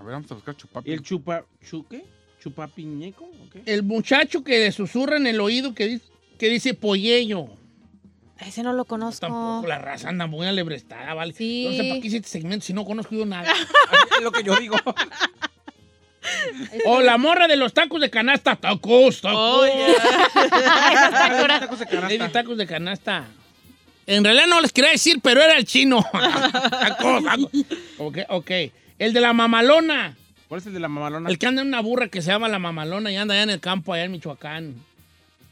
Speaker 5: A ver, vamos a buscar Chupapi.
Speaker 4: ¿El chupa chuque? ¿Chupapiñeco? ¿O qué?
Speaker 1: El muchacho que le susurra en el oído que dice, que dice polleño.
Speaker 3: Oh. ese no lo conozco.
Speaker 1: Tampoco la raza anda muy alebrestada, ¿vale?
Speaker 3: Sí.
Speaker 1: No sé para qué hice este segmento si no conozco yo nada.
Speaker 4: Es lo que yo digo.
Speaker 1: o la morra de los tacos de canasta. Tacos, tacos.
Speaker 6: Oh, yeah.
Speaker 4: Tacos de
Speaker 1: Le di
Speaker 4: canasta.
Speaker 1: tacos de canasta. En realidad no les quería decir, pero era el chino. tacos, tacos. Ok, ok. El de la mamalona.
Speaker 4: ¿Cuál es el de la mamalona?
Speaker 1: El que anda en una burra que se llama la mamalona y anda allá en el campo, allá en Michoacán.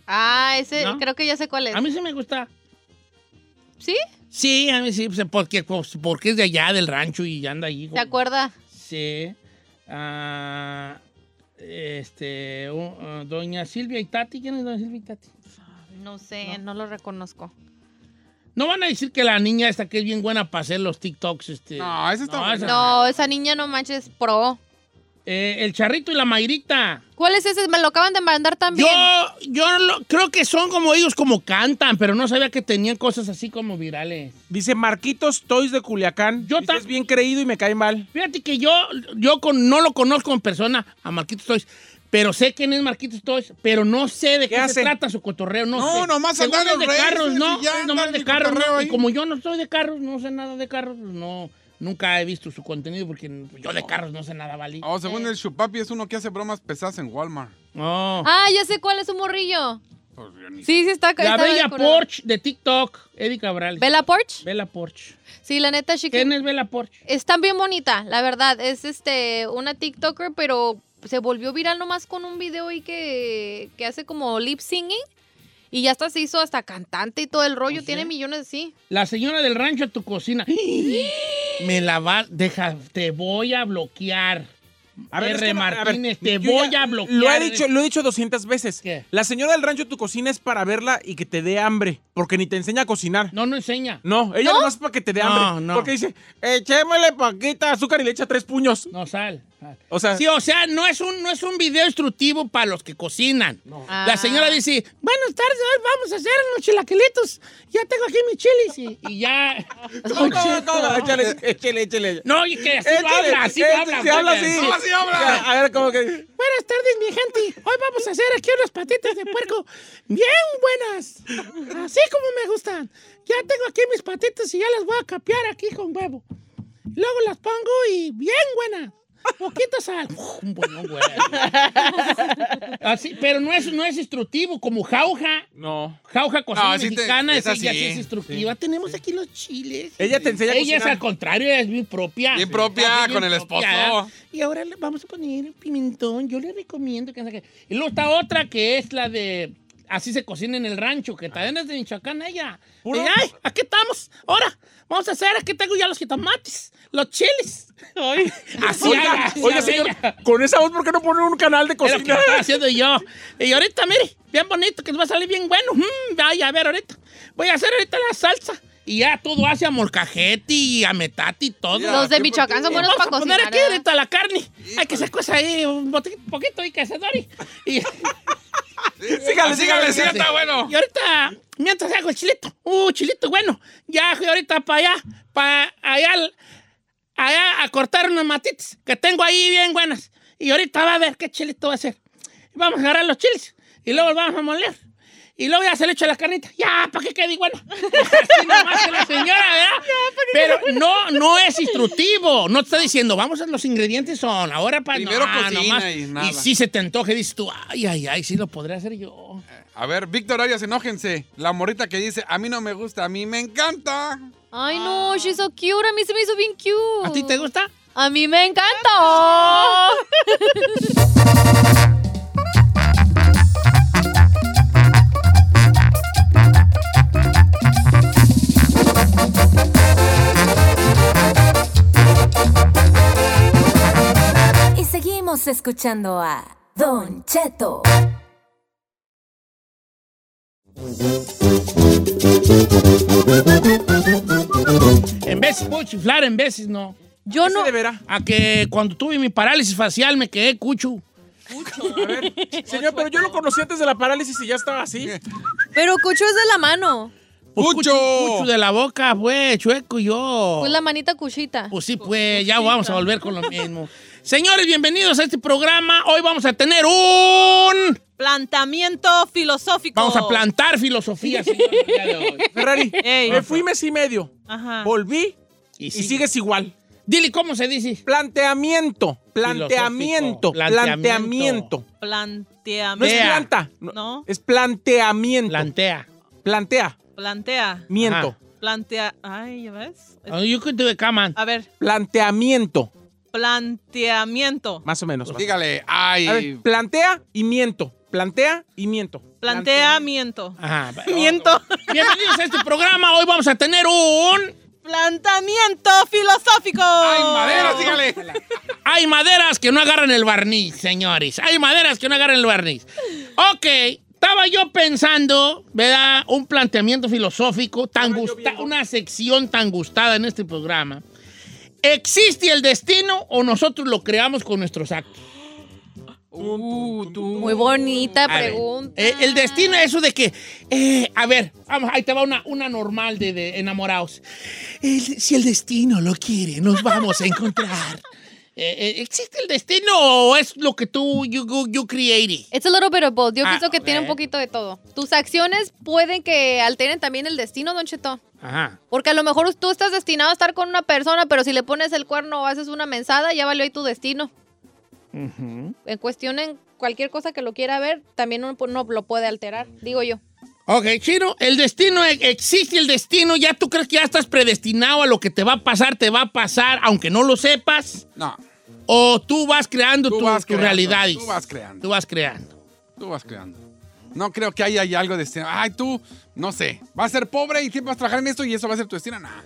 Speaker 3: Ah, ese
Speaker 1: ¿No?
Speaker 3: creo que ya sé cuál es.
Speaker 1: A mí sí me gusta.
Speaker 3: ¿Sí?
Speaker 1: Sí, a mí sí, pues, porque, pues, porque es de allá, del rancho, y anda ahí.
Speaker 3: ¿Te acuerdas?
Speaker 1: Sí. Ah, este, un- ah, doña Silvia Itati, ¿quién es doña Silvia Itati?
Speaker 3: No sé, no, lo reconozco.
Speaker 1: No van a decir que la niña esta que es bien buena para hacer los TikToks, este.
Speaker 5: No, esa está buena.
Speaker 1: esa-
Speaker 3: No, esa niña no manches pro.
Speaker 1: Eh, el charrito y la mairita.
Speaker 3: ¿Cuál es ese? Me lo acaban de mandar
Speaker 1: Yo,
Speaker 3: también.
Speaker 1: yo lo- creo que son como ellos, como cantan, pero no sabía que tenían cosas así como virales.
Speaker 4: Dice Marquitos Toys de Culiacán.
Speaker 1: Yo
Speaker 4: Yo
Speaker 1: tam-
Speaker 4: Es bien creído y me cae mal.
Speaker 1: Fíjate que yo, yo con- no lo conozco en persona a Marquitos Toys, pero sé quién es Marquitos Toys, pero no sé de qué,
Speaker 4: ¿Qué
Speaker 1: se
Speaker 4: hace?
Speaker 1: trata su cotorreo. No,
Speaker 5: No,
Speaker 1: sé.
Speaker 5: nomás
Speaker 1: Según
Speaker 5: andar
Speaker 1: es
Speaker 5: en
Speaker 1: de
Speaker 5: redes,
Speaker 1: carros,
Speaker 5: y
Speaker 1: ¿no?
Speaker 5: ya
Speaker 1: Es nomás
Speaker 5: andar
Speaker 1: de
Speaker 5: en
Speaker 1: carros,
Speaker 5: cotorreo
Speaker 1: ¿no? Y
Speaker 5: ahí.
Speaker 1: como yo no soy de carros, no sé nada de carros, no, nunca he visto su contenido porque yo de carros no sé nada, ¿vale?
Speaker 5: Oh, según el Chupapi, es uno que hace bromas pesadas en Walmart.
Speaker 1: No.
Speaker 3: Ah, ya sé cuál es un morrillo.
Speaker 5: Pues, yo ni-
Speaker 3: Sí, sí está.
Speaker 1: La
Speaker 3: está
Speaker 1: bella
Speaker 3: curado.
Speaker 1: Porsche de TikTok, Eddie Cabral.
Speaker 3: ¿Bella Porch?
Speaker 1: Bella Porsche.
Speaker 3: Sí, la neta, chica.
Speaker 1: ¿Quién es Bella Porsche?
Speaker 3: Está bien bonita, la verdad. Es este una TikToker, pero se volvió viral nomás con un video y que, que hace como lip singing. Y ya hasta se hizo hasta cantante y todo el rollo.
Speaker 1: ¿Ah, sí?
Speaker 3: Tiene millones, sí.
Speaker 1: La señora del rancho a tu cocina. Me la va, deja, te voy a bloquear.
Speaker 4: A ver,
Speaker 1: R.
Speaker 4: es que no- a ver,
Speaker 1: Martínez, te
Speaker 4: yo
Speaker 1: voy
Speaker 4: ya
Speaker 1: a bloquear.
Speaker 4: Lo he dicho, lo he dicho 200 veces.
Speaker 1: ¿Qué?
Speaker 4: La señora del rancho de tu cocina es para verla y que te dé hambre, porque ni te enseña a cocinar.
Speaker 1: No, no enseña.
Speaker 4: No, ella no es para que te dé
Speaker 1: No,
Speaker 4: hambre.
Speaker 1: no.
Speaker 4: Porque dice, echémosle paquita azúcar y le echa tres puños.
Speaker 1: No sal. sal.
Speaker 4: O sea,
Speaker 1: Sí, o sea, no es un, no es un video instructivo para los que cocinan. La
Speaker 3: Ah.
Speaker 1: señora dice, buenas tardes, hoy vamos a hacer unos chilaquilitos. Ya tengo aquí mis chiles. Y, y ya.
Speaker 4: todo, todo, todo, échale, échale, échale.
Speaker 1: No, y que así lo
Speaker 4: Échale,
Speaker 1: habla, así lo
Speaker 4: échale,
Speaker 1: habla.
Speaker 4: Se habla
Speaker 1: brother.
Speaker 4: así.
Speaker 1: Sí.
Speaker 4: A ver, ¿cómo que?
Speaker 1: Buenas tardes, mi gente. Hoy vamos a hacer aquí unas patitas de puerco bien buenas. Así como me gustan. Ya tengo aquí mis patitas y ya las voy a capear aquí con huevo. Luego las pongo y bien buenas. Poquito sal. Un buenón, güey. Así, pero no es, no es instructivo, como jauja.
Speaker 4: No.
Speaker 1: Jauja cocina
Speaker 5: No, sí te-
Speaker 1: mexicana,
Speaker 5: esa
Speaker 1: esa sí, ya
Speaker 5: sí,
Speaker 1: sí es instructiva. Tenemos aquí los chiles.
Speaker 4: Ella te enseña
Speaker 1: Ella
Speaker 4: a
Speaker 1: es al
Speaker 4: cocinar.
Speaker 1: contrario, ella es bien propia.
Speaker 5: Bien propia,
Speaker 1: Bien
Speaker 5: con el
Speaker 1: propia.
Speaker 5: esposo.
Speaker 1: Y ahora le vamos a poner pimentón. Yo le recomiendo que... saque- Y luego está otra que es la de... Así se cocina en el rancho, que también es de Michoacán ella.
Speaker 4: Puro-
Speaker 1: Y, ay, aquí estamos. Ahora, vamos a hacer, aquí tengo ya los jitomates, los chiles. Así habla, así
Speaker 4: Oiga, oiga,
Speaker 1: habla
Speaker 4: señor,
Speaker 1: ella.
Speaker 4: con esa voz, ¿por qué no pone un canal de
Speaker 1: Es lo que
Speaker 4: cocina?
Speaker 1: estaba haciendo yo. Y ahorita, mire, bien bonito, que nos va a salir bien bueno. Mm, vaya, a ver, ahorita. Voy a hacer ahorita la salsa. Y ya todo hace a molcajete y a metate y todo. Eh,
Speaker 5: Ya,
Speaker 3: Los de
Speaker 5: qué
Speaker 3: Michoacán son
Speaker 5: porquería.
Speaker 3: buenos
Speaker 1: Vamos
Speaker 3: para
Speaker 1: a poner
Speaker 3: cocinar. ¿eh?
Speaker 1: aquí
Speaker 3: ¿verdad?
Speaker 1: ahorita la carne. Hay que se cosa ahí un boti- poquito y cazador. Y, y-
Speaker 4: Sígale, sígale,
Speaker 5: Sí,
Speaker 4: sígale.
Speaker 5: está bueno.
Speaker 1: y ahorita, mientras hago el chilito. Uh, chilito bueno. Ya fui ahorita para allá, para allá, al- allá a cortar unas matitas que tengo ahí bien buenas. Y ahorita va a ver qué chilito va a hacer. Vamos a agarrar los chiles y luego los vamos a moler. Y luego ya se le echa la carnita. Ya, ¿para qué quede igual? Pues Así nomás que la señora, ¿verdad? Pero no, no es instructivo. No te está diciendo, vamos a los ingredientes son ahora para...
Speaker 5: Primero
Speaker 1: no,
Speaker 5: cocina
Speaker 1: nomás.
Speaker 5: y nada.
Speaker 1: Y si se te antoja, dices tú, ay, ay, ay, sí lo podría hacer yo.
Speaker 5: A ver, Víctor Arias, enójense. La morrita que dice, a mí no me gusta, a mí me encanta. Pues,
Speaker 3: Ay, no, she's so cute. A mí se me hizo bien cute.
Speaker 1: ¿A ti te gusta?
Speaker 3: A mí me encantó.
Speaker 2: Y seguimos escuchando a Don Cheto.
Speaker 1: En veces puedo chiflar, en veces no.
Speaker 3: Yo no.
Speaker 4: De veras.
Speaker 1: A que cuando tuve mi parálisis facial me quedé cucho.
Speaker 4: A ver, señor, pero yo lo conocí antes de la parálisis y ya estaba así.
Speaker 3: Pero Cucho es de la mano.
Speaker 1: Pues,
Speaker 5: ¡Cucho!
Speaker 1: Cucho de la boca, pues, chueco yo.
Speaker 3: Pues la manita cuchita.
Speaker 1: Pues sí, pues, ya vamos a volver con lo mismo. Señores, bienvenidos a este programa. Hoy vamos a tener un...
Speaker 6: Plantamiento filosófico.
Speaker 1: Vamos a plantar filosofía, señores, el día de hoy.
Speaker 4: Ferrari,
Speaker 6: Ey. Ah.
Speaker 4: me fui mes y medio.
Speaker 6: Ajá.
Speaker 4: Volví
Speaker 1: Y,
Speaker 4: y
Speaker 1: sí.
Speaker 4: sigues igual.
Speaker 1: Dile cómo se dice.
Speaker 4: Planteamiento,
Speaker 1: Filosófico.
Speaker 4: planteamiento,
Speaker 1: Planteamiento.
Speaker 4: planteamiento. No es
Speaker 6: Planteamiento.
Speaker 1: Vea.
Speaker 4: planta,
Speaker 6: No.
Speaker 4: no. Es planteamiento.
Speaker 1: Plantea.
Speaker 4: plantea,
Speaker 6: Plantea.
Speaker 4: miento,
Speaker 6: Plantea. Ay, ¿ya ves?
Speaker 1: Oh, You could do it, come on.
Speaker 6: A ver,
Speaker 4: planteamiento,
Speaker 6: planteamiento.
Speaker 4: más o menos. más o menos.
Speaker 5: Dígale,
Speaker 4: A ver,
Speaker 5: ay.
Speaker 4: plantea y miento, plantea y miento.
Speaker 6: Planteamiento.
Speaker 1: Ajá.
Speaker 6: Miento.
Speaker 1: Bienvenidos a este programa. Hoy vamos a tener un...
Speaker 6: Plantamiento filosófico.
Speaker 5: Ay, madera, dígale.
Speaker 1: Hay maderas que no agarran el barniz, señores. Hay maderas que no agarran el barniz. Ok, estaba yo pensando, ¿verdad? Un planteamiento filosófico, tan
Speaker 4: Estaba yo
Speaker 1: gusta-
Speaker 4: viendo.
Speaker 1: una sección tan gustada en este programa. ¿Existe el destino o nosotros lo creamos con nuestros actos?
Speaker 3: Muy bonita
Speaker 1: A ver,
Speaker 3: pregunta.
Speaker 1: eh, el destino es eso de que, eh, a ver, vamos, ahí te va una, una normal de, de enamorados. El- si el destino lo quiere, nos vamos a encontrar. Eh, eh, ¿Existe el destino o es lo que tú, you, you- you created?
Speaker 3: It's a little bit of both. Yo
Speaker 1: Ah,
Speaker 3: pienso que tiene
Speaker 1: ok.
Speaker 3: un poquito de todo. Tus acciones pueden que alteren también el destino, Don Cheto.
Speaker 1: Ajá.
Speaker 3: Porque a lo mejor tú estás destinado a estar con una persona, pero si le pones el cuerno o haces una mensada, ya valió ahí tu destino. En cuestión en cualquier cosa que lo quiera ver, también uno, no lo puede alterar, digo yo.
Speaker 1: Ok, Chino, el destino, e- existe el destino, ya tú crees que ya estás predestinado a lo que te va a pasar, te va a pasar, aunque no lo sepas,
Speaker 5: No,
Speaker 1: o tú vas creando
Speaker 5: Tú
Speaker 1: tu,
Speaker 5: vas
Speaker 1: tu
Speaker 5: creando,
Speaker 1: realidades.
Speaker 5: tú vas creando.
Speaker 1: Tú vas creando.
Speaker 5: tú vas creando. No creo que haya, haya algo de destino. Ay, tú, no sé. Vas a ser pobre y siempre vas a trabajar en esto y eso va a ser tu destino. No,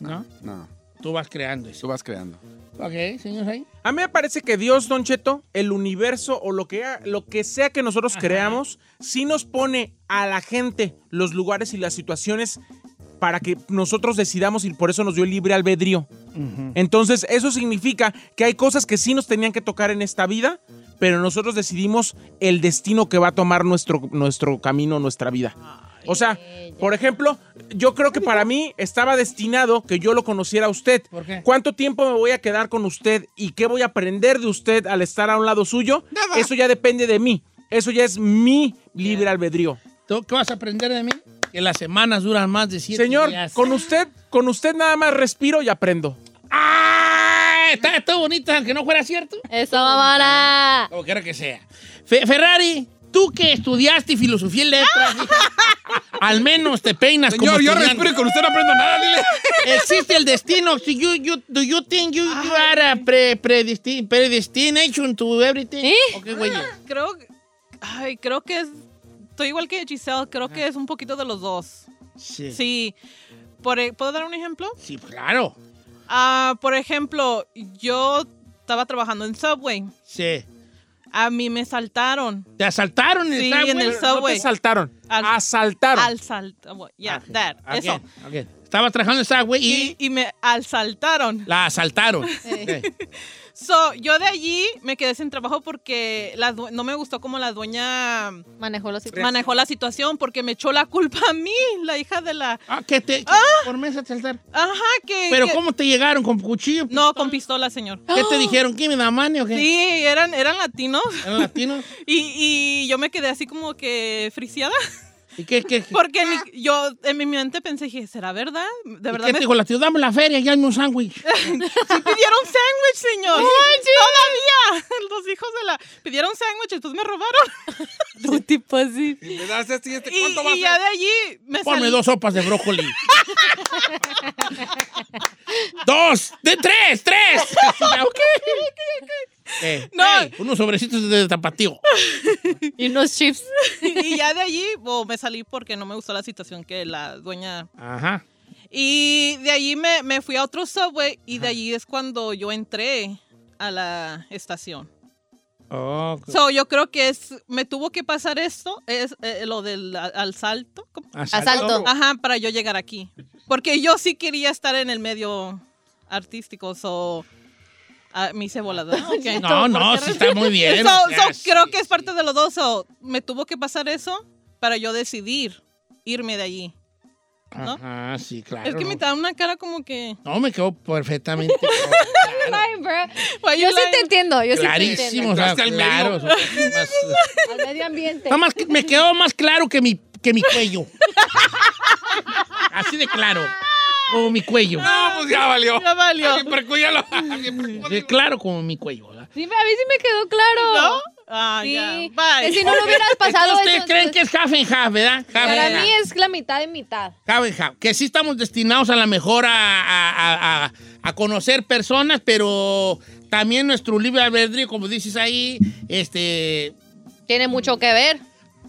Speaker 1: ¿no?
Speaker 5: no.
Speaker 1: Tú vas creando eso.
Speaker 5: Tú vas creando.
Speaker 1: Ok, señor ahí.
Speaker 4: A mí me parece que Dios, Don Cheto, el universo o lo que, ha- lo que sea que nosotros creamos, sí nos pone a la gente los lugares y las situaciones para que nosotros decidamos y por eso nos dio el libre albedrío. Entonces, eso significa que hay cosas que sí nos tenían que tocar en esta vida, pero nosotros decidimos el destino que va a tomar nuestro, nuestro camino, nuestra vida. O sea, por ejemplo, yo creo que para mí estaba destinado que yo lo conociera a usted.
Speaker 1: ¿Por qué?
Speaker 4: ¿Cuánto tiempo me voy a quedar con usted y qué voy a aprender de usted al estar a un lado suyo?
Speaker 5: Nada.
Speaker 4: Eso ya depende de mí. Eso ya es mi libre albedrío.
Speaker 1: ¿Tú qué vas a aprender de mí? Que las semanas duran más de siete
Speaker 4: Señor,
Speaker 1: días.
Speaker 4: con usted, con usted nada más respiro y aprendo.
Speaker 1: ¡Ah! Está, está bonita, aunque no fuera cierto.
Speaker 3: Eso, mamona.
Speaker 1: Como quiera que sea. Fe- Ferrari, tú que estudiaste filosofía y letras, hija, al menos te peinas
Speaker 5: Señor,
Speaker 1: como
Speaker 5: yo
Speaker 1: estudiante.
Speaker 5: respiro y con usted no aprendo nada, dile.
Speaker 1: Existe el destino. Si you, you, do you think you, you are a pre, predestin- predestination to everything?
Speaker 3: ¿Eh?
Speaker 1: Ok, güey.
Speaker 6: Creo, ay, creo que es, estoy igual que Giselle, creo que es un poquito de los dos.
Speaker 1: Sí. sí.
Speaker 6: Sí. Por e- ¿Puedo dar un ejemplo?
Speaker 1: claro.
Speaker 6: Ah, por ejemplo, yo estaba trabajando en Subway.
Speaker 1: Sí.
Speaker 6: A mí me saltaron
Speaker 1: Te asaltaron en
Speaker 6: Sí,
Speaker 1: el
Speaker 6: en
Speaker 1: subway.
Speaker 6: el
Speaker 4: No te
Speaker 6: Subway.
Speaker 4: asaltaron,
Speaker 6: Al-
Speaker 1: Ah,
Speaker 4: asaltaron.
Speaker 6: Al salto. Yeah, that. Eso.
Speaker 1: Again, again. Estaba trabajando en Subway
Speaker 6: Y,
Speaker 1: Ah, y
Speaker 6: y me al saltaron.
Speaker 1: la asaltaron. Ok.
Speaker 6: So, yo de allí me quedé sin trabajo porque la due- no me gustó como la dueña
Speaker 3: Manejó los
Speaker 6: manejó la situación porque me echó la culpa a mí, la hija de la...
Speaker 1: Ah, que te. que Por mesa te asaltaron.
Speaker 6: Ajá, que...
Speaker 1: Pero
Speaker 6: que-
Speaker 1: ¿cómo te llegaron? ¿Con cuchillo?
Speaker 6: No, con pistola, señor.
Speaker 1: ¿Qué te dijeron? ¿Qué me da mani o qué?
Speaker 6: Sí, eran, eran latinos
Speaker 1: ¿Eran latinos?
Speaker 6: y, y yo me quedé así como que friseada
Speaker 1: ¿Y qué, qué, qué?
Speaker 6: porque mi- yo en mi mente pensé, dije, ¿será verdad?
Speaker 1: Ah. ¿Y
Speaker 6: De verdad
Speaker 1: qué
Speaker 6: me
Speaker 1: te dijo la tía? Dame la feria, ya hazme un sándwich.
Speaker 6: pidieron sándwich, señor. Todavía. Los hijos de la... Pidieron sándwich, entonces me robaron.
Speaker 3: Un tipo así.
Speaker 5: Y me das este y este,
Speaker 6: Y,
Speaker 5: ¿cuánto va
Speaker 6: y ya
Speaker 5: a
Speaker 6: de
Speaker 5: ser?
Speaker 6: allí me
Speaker 1: Ponme
Speaker 6: salí-
Speaker 1: dos sopas de brócoli. dos, de tres, tres. ok. Eh,
Speaker 6: No.
Speaker 1: hey, unos sobrecitos de tapatío.
Speaker 3: Y unos chips.
Speaker 6: y ya de allí bo, me salí porque no me gustó la situación que la dueña.
Speaker 1: Ajá.
Speaker 6: Y de allí me, me fui a otro subway y de allí es cuando yo entré a la estación.
Speaker 1: Oh, co-
Speaker 6: So, yo creo que es, me tuvo que pasar esto, es eh, lo del a- al salto, ¿cómo?
Speaker 3: Asalto.
Speaker 6: ajá, para yo llegar aquí. Porque yo sí quería estar en el medio artístico, so, ah, me hice voladora. Ok.
Speaker 1: No, no, sí está muy bien.
Speaker 6: So-
Speaker 1: o sea,
Speaker 6: so, creo
Speaker 1: sí.
Speaker 6: que es parte de los dos. so, me tuvo que pasar eso para yo decidir irme de allí. ¿no?
Speaker 1: Ajá, sí, claro.
Speaker 6: es que me
Speaker 1: no.
Speaker 6: da una cara como que.
Speaker 1: No, me quedó perfectamente.
Speaker 3: Ay, bro.
Speaker 6: Why
Speaker 3: Yo
Speaker 6: you
Speaker 3: sí te
Speaker 6: lying?
Speaker 3: entiendo. Yo sí te
Speaker 1: Clarísimo, o
Speaker 3: entiendo.
Speaker 1: sea,
Speaker 5: Entraste al medio.
Speaker 1: claro. o sea, más-
Speaker 3: Al medio ambiente.
Speaker 1: Nada más que me quedó más claro que mi, que mi cuello. Así de claro. Como mi cuello.
Speaker 5: No, pues ya valió.
Speaker 6: Ya valió.
Speaker 5: Alguien percúyalo. Alguien percúyalo.
Speaker 1: De claro como mi cuello. ¿verdad?
Speaker 3: Sí, a mí sí me quedó claro.
Speaker 6: ¿No? Ah,
Speaker 3: Sí.
Speaker 6: ya.
Speaker 3: Que
Speaker 6: Bye.
Speaker 3: si no lo hubieras pasado
Speaker 1: Entonces, ustedes
Speaker 3: eso,
Speaker 1: creen
Speaker 3: entonces-
Speaker 1: que es half and half, ¿verdad? Half and
Speaker 3: Para
Speaker 1: half.
Speaker 3: mí es la mitad de mitad.
Speaker 1: Half and half. Que sí estamos destinados a la mejor a, a- a- a- a conocer personas, pero también nuestro libre albedrío, como dices ahí, este,
Speaker 3: Tiene mucho que ver.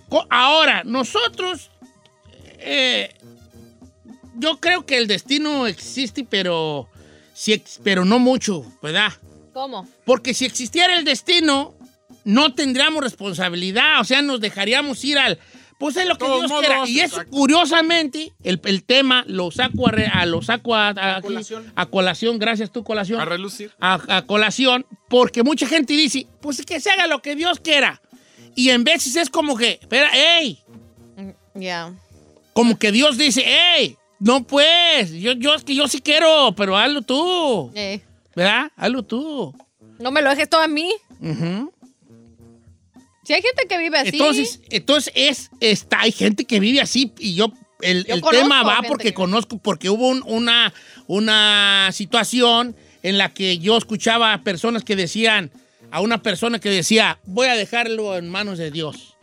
Speaker 1: Co- Ahora, nosotros, eh, yo creo que el destino existe, pero, sí ex- pero no mucho, ¿verdad?
Speaker 3: ¿Cómo?
Speaker 1: Porque si existiera el destino, no tendríamos responsabilidad, o sea, nos dejaríamos ir al... Pues es lo que
Speaker 5: Todos
Speaker 1: Dios
Speaker 5: modos,
Speaker 1: quiera. Y eso,
Speaker 5: exacto.
Speaker 1: curiosamente, el, el tema lo saco a, re- a- lo saco a, a- aquí,
Speaker 4: colación.
Speaker 1: a colación, gracias tú, colación
Speaker 5: A relucir.
Speaker 1: a, a colación porque mucha gente dice, pues que se haga lo que Dios quiera. Y en veces es como que, espera, ¡ey!
Speaker 3: Ya.
Speaker 1: Como que Dios dice, ¡ey! No pues, yo, yo es que yo sí quiero, pero hazlo tú,
Speaker 3: Eh,
Speaker 1: ¿verdad? Hazlo tú.
Speaker 3: no me lo dejes todo a mí.
Speaker 1: Ujú.
Speaker 3: Si hay gente que vive así.
Speaker 1: Entonces, entonces es, está, hay gente que vive así y yo, el,
Speaker 3: Yo
Speaker 1: el
Speaker 3: conozco
Speaker 1: tema va
Speaker 3: gente
Speaker 1: porque
Speaker 3: que-
Speaker 1: conozco, porque hubo un- una, una situación en la que yo escuchaba a personas que decían, a una persona que decía, voy a dejarlo en manos de Dios.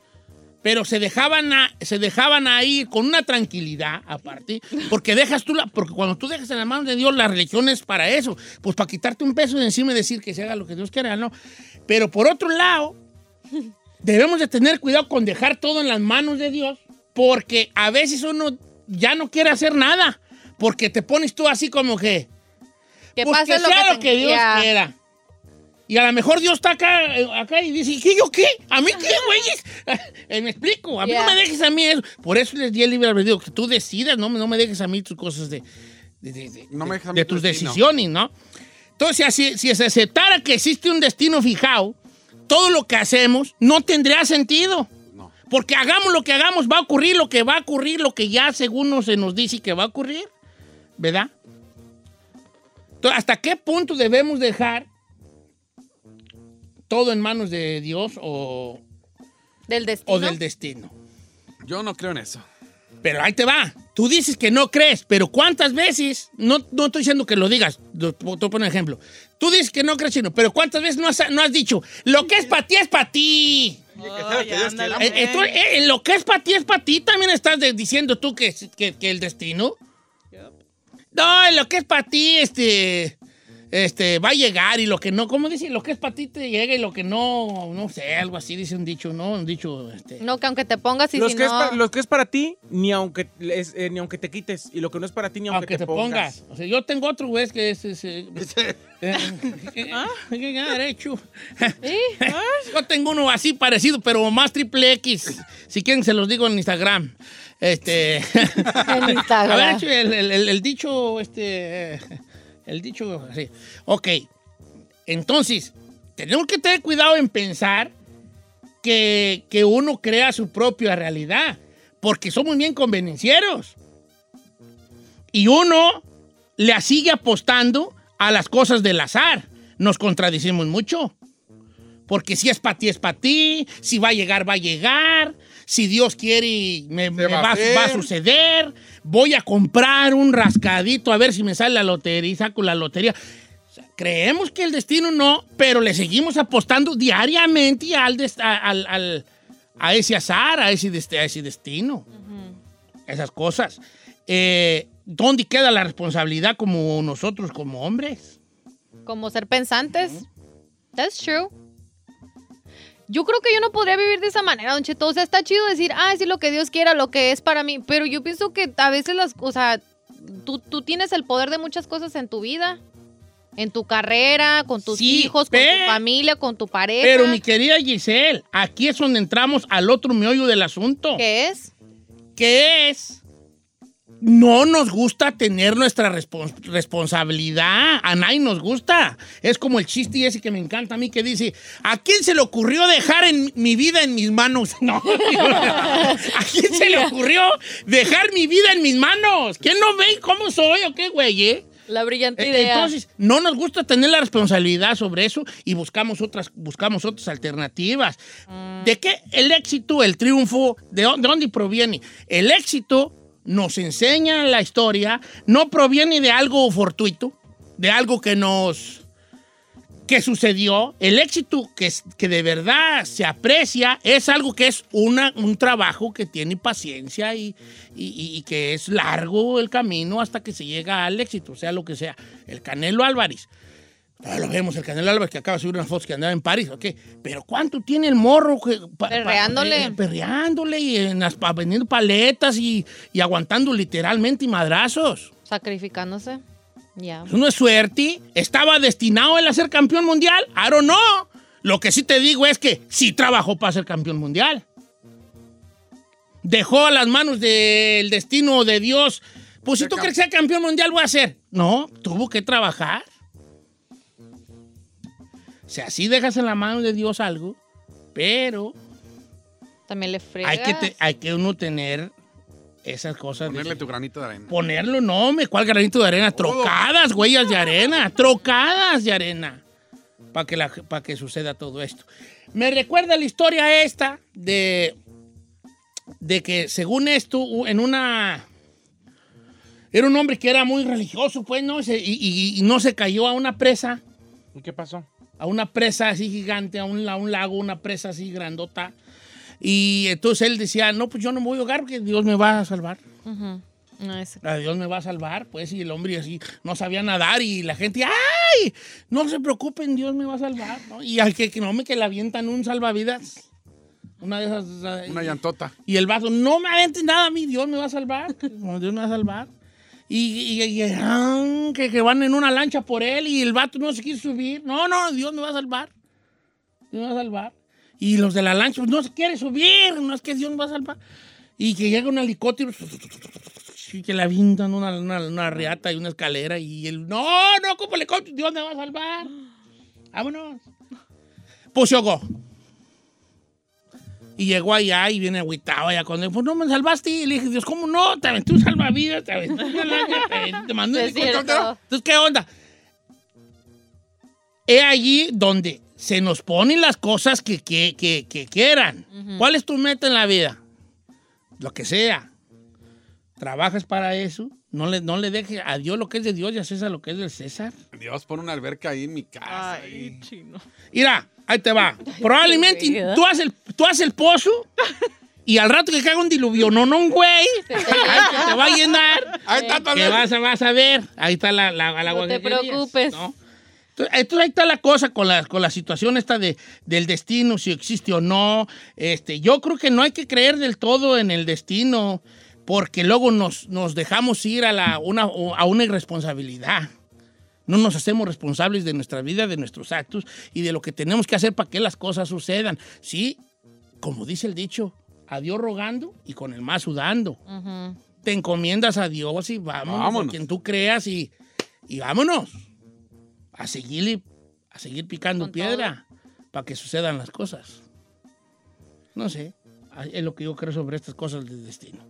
Speaker 1: Pero se dejaban, a- se dejaban ahí con una tranquilidad aparte, porque dejas tú la, porque cuando tú dejas en las manos de Dios la religión es para eso, pues para quitarte un peso de encima y decir que se haga lo que Dios quiera, no. Pero por otro lado, debemos de tener cuidado con dejar todo en las manos de Dios, porque a veces uno ya no quiere hacer nada, porque te pones tú así como que,
Speaker 3: Que
Speaker 1: pues
Speaker 3: pase
Speaker 1: que
Speaker 3: lo
Speaker 1: sea
Speaker 3: que,
Speaker 1: lo que Dios quiera. Y a lo mejor Dios está acá, eh, acá y dice, ¿qué yo qué? ¿A mí qué, güeyes? Eh, me explico, a mí
Speaker 3: Ya.
Speaker 1: no me dejes a mí eso. Por eso les di el libre albedrío, que tú decidas, no, me- no me dejes a mí tus cosas de, de- de- de-
Speaker 5: No me dejes a mí
Speaker 1: de
Speaker 5: tu
Speaker 1: tus
Speaker 5: destino.
Speaker 1: decisiones, ¿no? Entonces, así- si se aceptara que existe un destino fijado, todo lo que hacemos no tendría sentido.
Speaker 5: No.
Speaker 1: Porque hagamos lo que hagamos, va a ocurrir lo que va a ocurrir, lo que ya según nos- se nos dice que va a ocurrir, ¿verdad? Entonces, ¿hasta qué punto debemos dejar todo en manos de Dios o,
Speaker 3: Del destino.
Speaker 1: o del destino?
Speaker 5: Yo no creo en eso.
Speaker 1: Pero ahí te va. Tú dices que no crees, pero ¿cuántas veces? No, no estoy diciendo que lo digas. Te voy a poner un ejemplo. Tú dices que no crees, chino, pero ¿cuántas veces no has, no has dicho, lo que es para ti es para ti?
Speaker 6: Ay, ándale.
Speaker 1: Eh, eh, tú, eh, eh, lo que es para ti es para ti. También estás de- diciendo tú que, que- que el destino. No, lo que es para ti, este. Este, va a llegar y lo que no, ¿cómo dice? Lo que es para ti te llega y lo que no, no sé, algo así, dice un dicho, ¿no? Un dicho, este.
Speaker 3: No, que aunque te pongas y
Speaker 4: los,
Speaker 3: si
Speaker 4: que
Speaker 3: no...
Speaker 4: es pa- los que es para ti, ni aunque, les- eh, ni aunque te quites. Y lo que no es para ti, ni aunque,
Speaker 1: aunque te pongas. O sea, yo tengo otro, güey, que es. es, eh, eh, eh, eh, ah, derecho. Yo tengo uno así parecido, pero más triple X. Si quieren, se los digo en Instagram. Este.
Speaker 3: En Instagram.
Speaker 1: A ver, el, el- el- el dicho, este. eh, El dicho, sí. Ok. Entonces, tenemos que tener cuidado en pensar que, que uno crea su propia realidad, porque somos bien convenencieros. Y uno le sigue apostando a las cosas del azar. Nos contradicimos mucho. Porque si es para ti, es para ti. Si va a llegar, va a llegar. Si Dios quiere, me, me
Speaker 5: va a
Speaker 1: va, a
Speaker 5: hacer.
Speaker 1: va a suceder. Voy a comprar un rascadito a ver si me sale la lotería y saco la lotería. O sea, creemos que el destino no, pero le seguimos apostando diariamente al, des- a- al- al- a ese azar, a ese, dest- a ese destino. Esas cosas. Eh, ¿Dónde queda la responsabilidad como nosotros, como hombres?
Speaker 3: como ser pensantes. That's true. Yo creo que yo no podría vivir de esa manera, Don Cheto. O sea, está chido decir, ah, sí, lo que Dios quiera, lo que es para mí. Pero yo pienso que a veces las o sea, tú, tú tienes el poder de muchas cosas en tu vida. En tu carrera, con tus
Speaker 1: Sí,
Speaker 3: hijos, con
Speaker 1: pe-
Speaker 3: tu familia, con tu pareja.
Speaker 1: Pero mi querida Giselle, aquí es donde entramos al otro meollo del asunto.
Speaker 3: ¿Qué es?
Speaker 1: que es no nos gusta tener nuestra respons- responsabilidad. A nadie nos gusta. Es como el chiste ese que me encanta a mí que dice, ¿a quién se le ocurrió dejar en mi vida en mis manos? No. ¿A quién se le ocurrió dejar mi vida en mis manos? ¿Quién no ve cómo soy o qué, güey? eh?
Speaker 3: La brillante
Speaker 1: Eh, Entonces, no nos gusta tener la responsabilidad sobre eso y buscamos otras, buscamos otras alternativas. ¿De qué el éxito, el triunfo, de, dó- de dónde proviene? El éxito nos enseña en la historia, no proviene de algo fortuito, de algo que nos que sucedió, el éxito que, es- que de verdad se aprecia es algo que es una, un trabajo que tiene paciencia y, y- y- y que es largo el camino hasta que se llega al éxito, sea lo que sea. El Canelo Álvarez. Ah, lo vemos, el Canelo Álvarez que acaba de subir unas fotos que andaba en París, ¿ok? Pero ¿cuánto tiene el morro? que- pa- pa-
Speaker 3: Perreándole.
Speaker 1: eh, perreándole y en las, pa- vendiendo paletas y, y aguantando literalmente y madrazos.
Speaker 3: Sacrificándose. Ya.
Speaker 1: Eso no es suerte. ¿Estaba destinado él a ser campeón mundial? Aro no. Lo que sí te digo es que sí trabajó para ser campeón mundial. Dejó a las manos del destino de Dios. Pues si tú crees que sea campeón mundial, voy a ser. No, tuvo que trabajar. O sea, sí dejas en la mano de Dios algo, pero
Speaker 3: También le frega.
Speaker 1: hay que, te- hay que uno tener esas cosas. de-
Speaker 5: Ponerle tu granito de arena.
Speaker 1: Ponerlo, no, me cuál granito de arena. Trocadas, huellas de arena. Trocadas de arena. Para que, la- pa' que suceda todo esto. Me recuerda la historia esta de, de que, según esto, u- en una. Era un hombre que era muy religioso, pues, ¿no? Y se- y- y- y no se cayó a una presa
Speaker 4: ¿Y qué pasó?
Speaker 1: a una presa así gigante, a un, a un lago, una presa así grandota. Y entonces él decía, no, pues yo no me voy a ahogar porque Dios me va a salvar.
Speaker 3: Ujú. No, es-
Speaker 1: A Dios me va a salvar, pues, y el hombre así no sabía nadar y la gente, ¡ay! No se preocupen, Dios me va a salvar, ¿no? Y al que, que no me que le avientan un salvavidas. Una de esas. eh,
Speaker 5: Una llantota.
Speaker 1: Y el vaso, no me aventes nada a mí, Dios me va a salvar. Como Dios me va a salvar. Y, y- y- ah, que, que van en una lancha por él y el vato no se quiere subir. No, no, Dios me va a salvar. Dios me va a salvar. Y los de la lancha, pues, no se quiere subir, no es que Dios me va a salvar. Y que llega un helicóptero y que la avientan una, una, una reata y una escalera y él, no, no, como helicóptero, Dios me va a salvar. Vámonos. Puso go. Y llegó allá y viene agüitado allá con él. Pues no me salvaste. Y le dije, Dios, ¿cómo no? Te aventé un salvavidas, te aventé una lancha, te, aventé- te mandé un
Speaker 3: Es cierto.
Speaker 1: helicóptero. Entonces, ¿qué onda? Es allí donde se nos ponen las cosas que, que, que, que quieran. ¿Cuál es tu meta en la vida? Lo que sea. Trabajas para eso. No le, no le dejes a Dios lo que es de Dios y a César lo que es del César.
Speaker 5: Dios, pon una alberca ahí en mi casa.
Speaker 6: Ay,
Speaker 5: ahí.
Speaker 6: chino.
Speaker 1: Mira, ahí te va. Probablemente
Speaker 3: güey.
Speaker 1: tú haces el, tú haces el pozo y al rato que caiga un diluvio, no, no, un güey, ahí que te va a llenar.
Speaker 5: Ahí está, tal
Speaker 1: Que
Speaker 5: vez.
Speaker 1: vas a, vas a ver. Ahí está la, la, la agua
Speaker 3: te
Speaker 1: que querías,
Speaker 3: preocupes.
Speaker 1: ¿no? Entonces, entonces ahí está la cosa con la, con la situación esta de, del destino, si existe o no. Este, yo creo que no hay que creer del todo en el destino, porque luego nos, nos dejamos ir a, la, una, a una irresponsabilidad. No nos hacemos responsables de nuestra vida, de nuestros actos y de lo que tenemos que hacer para que las cosas sucedan. Sí, como dice el dicho, a Dios rogando y con el más sudando. Te encomiendas a Dios y vámonos, a
Speaker 5: Vámonos.
Speaker 1: quien tú creas y, y vámonos a seguir, a seguir picando
Speaker 3: Con
Speaker 1: piedra para que sucedan las cosas. No sé, es lo que yo creo sobre estas cosas del destino.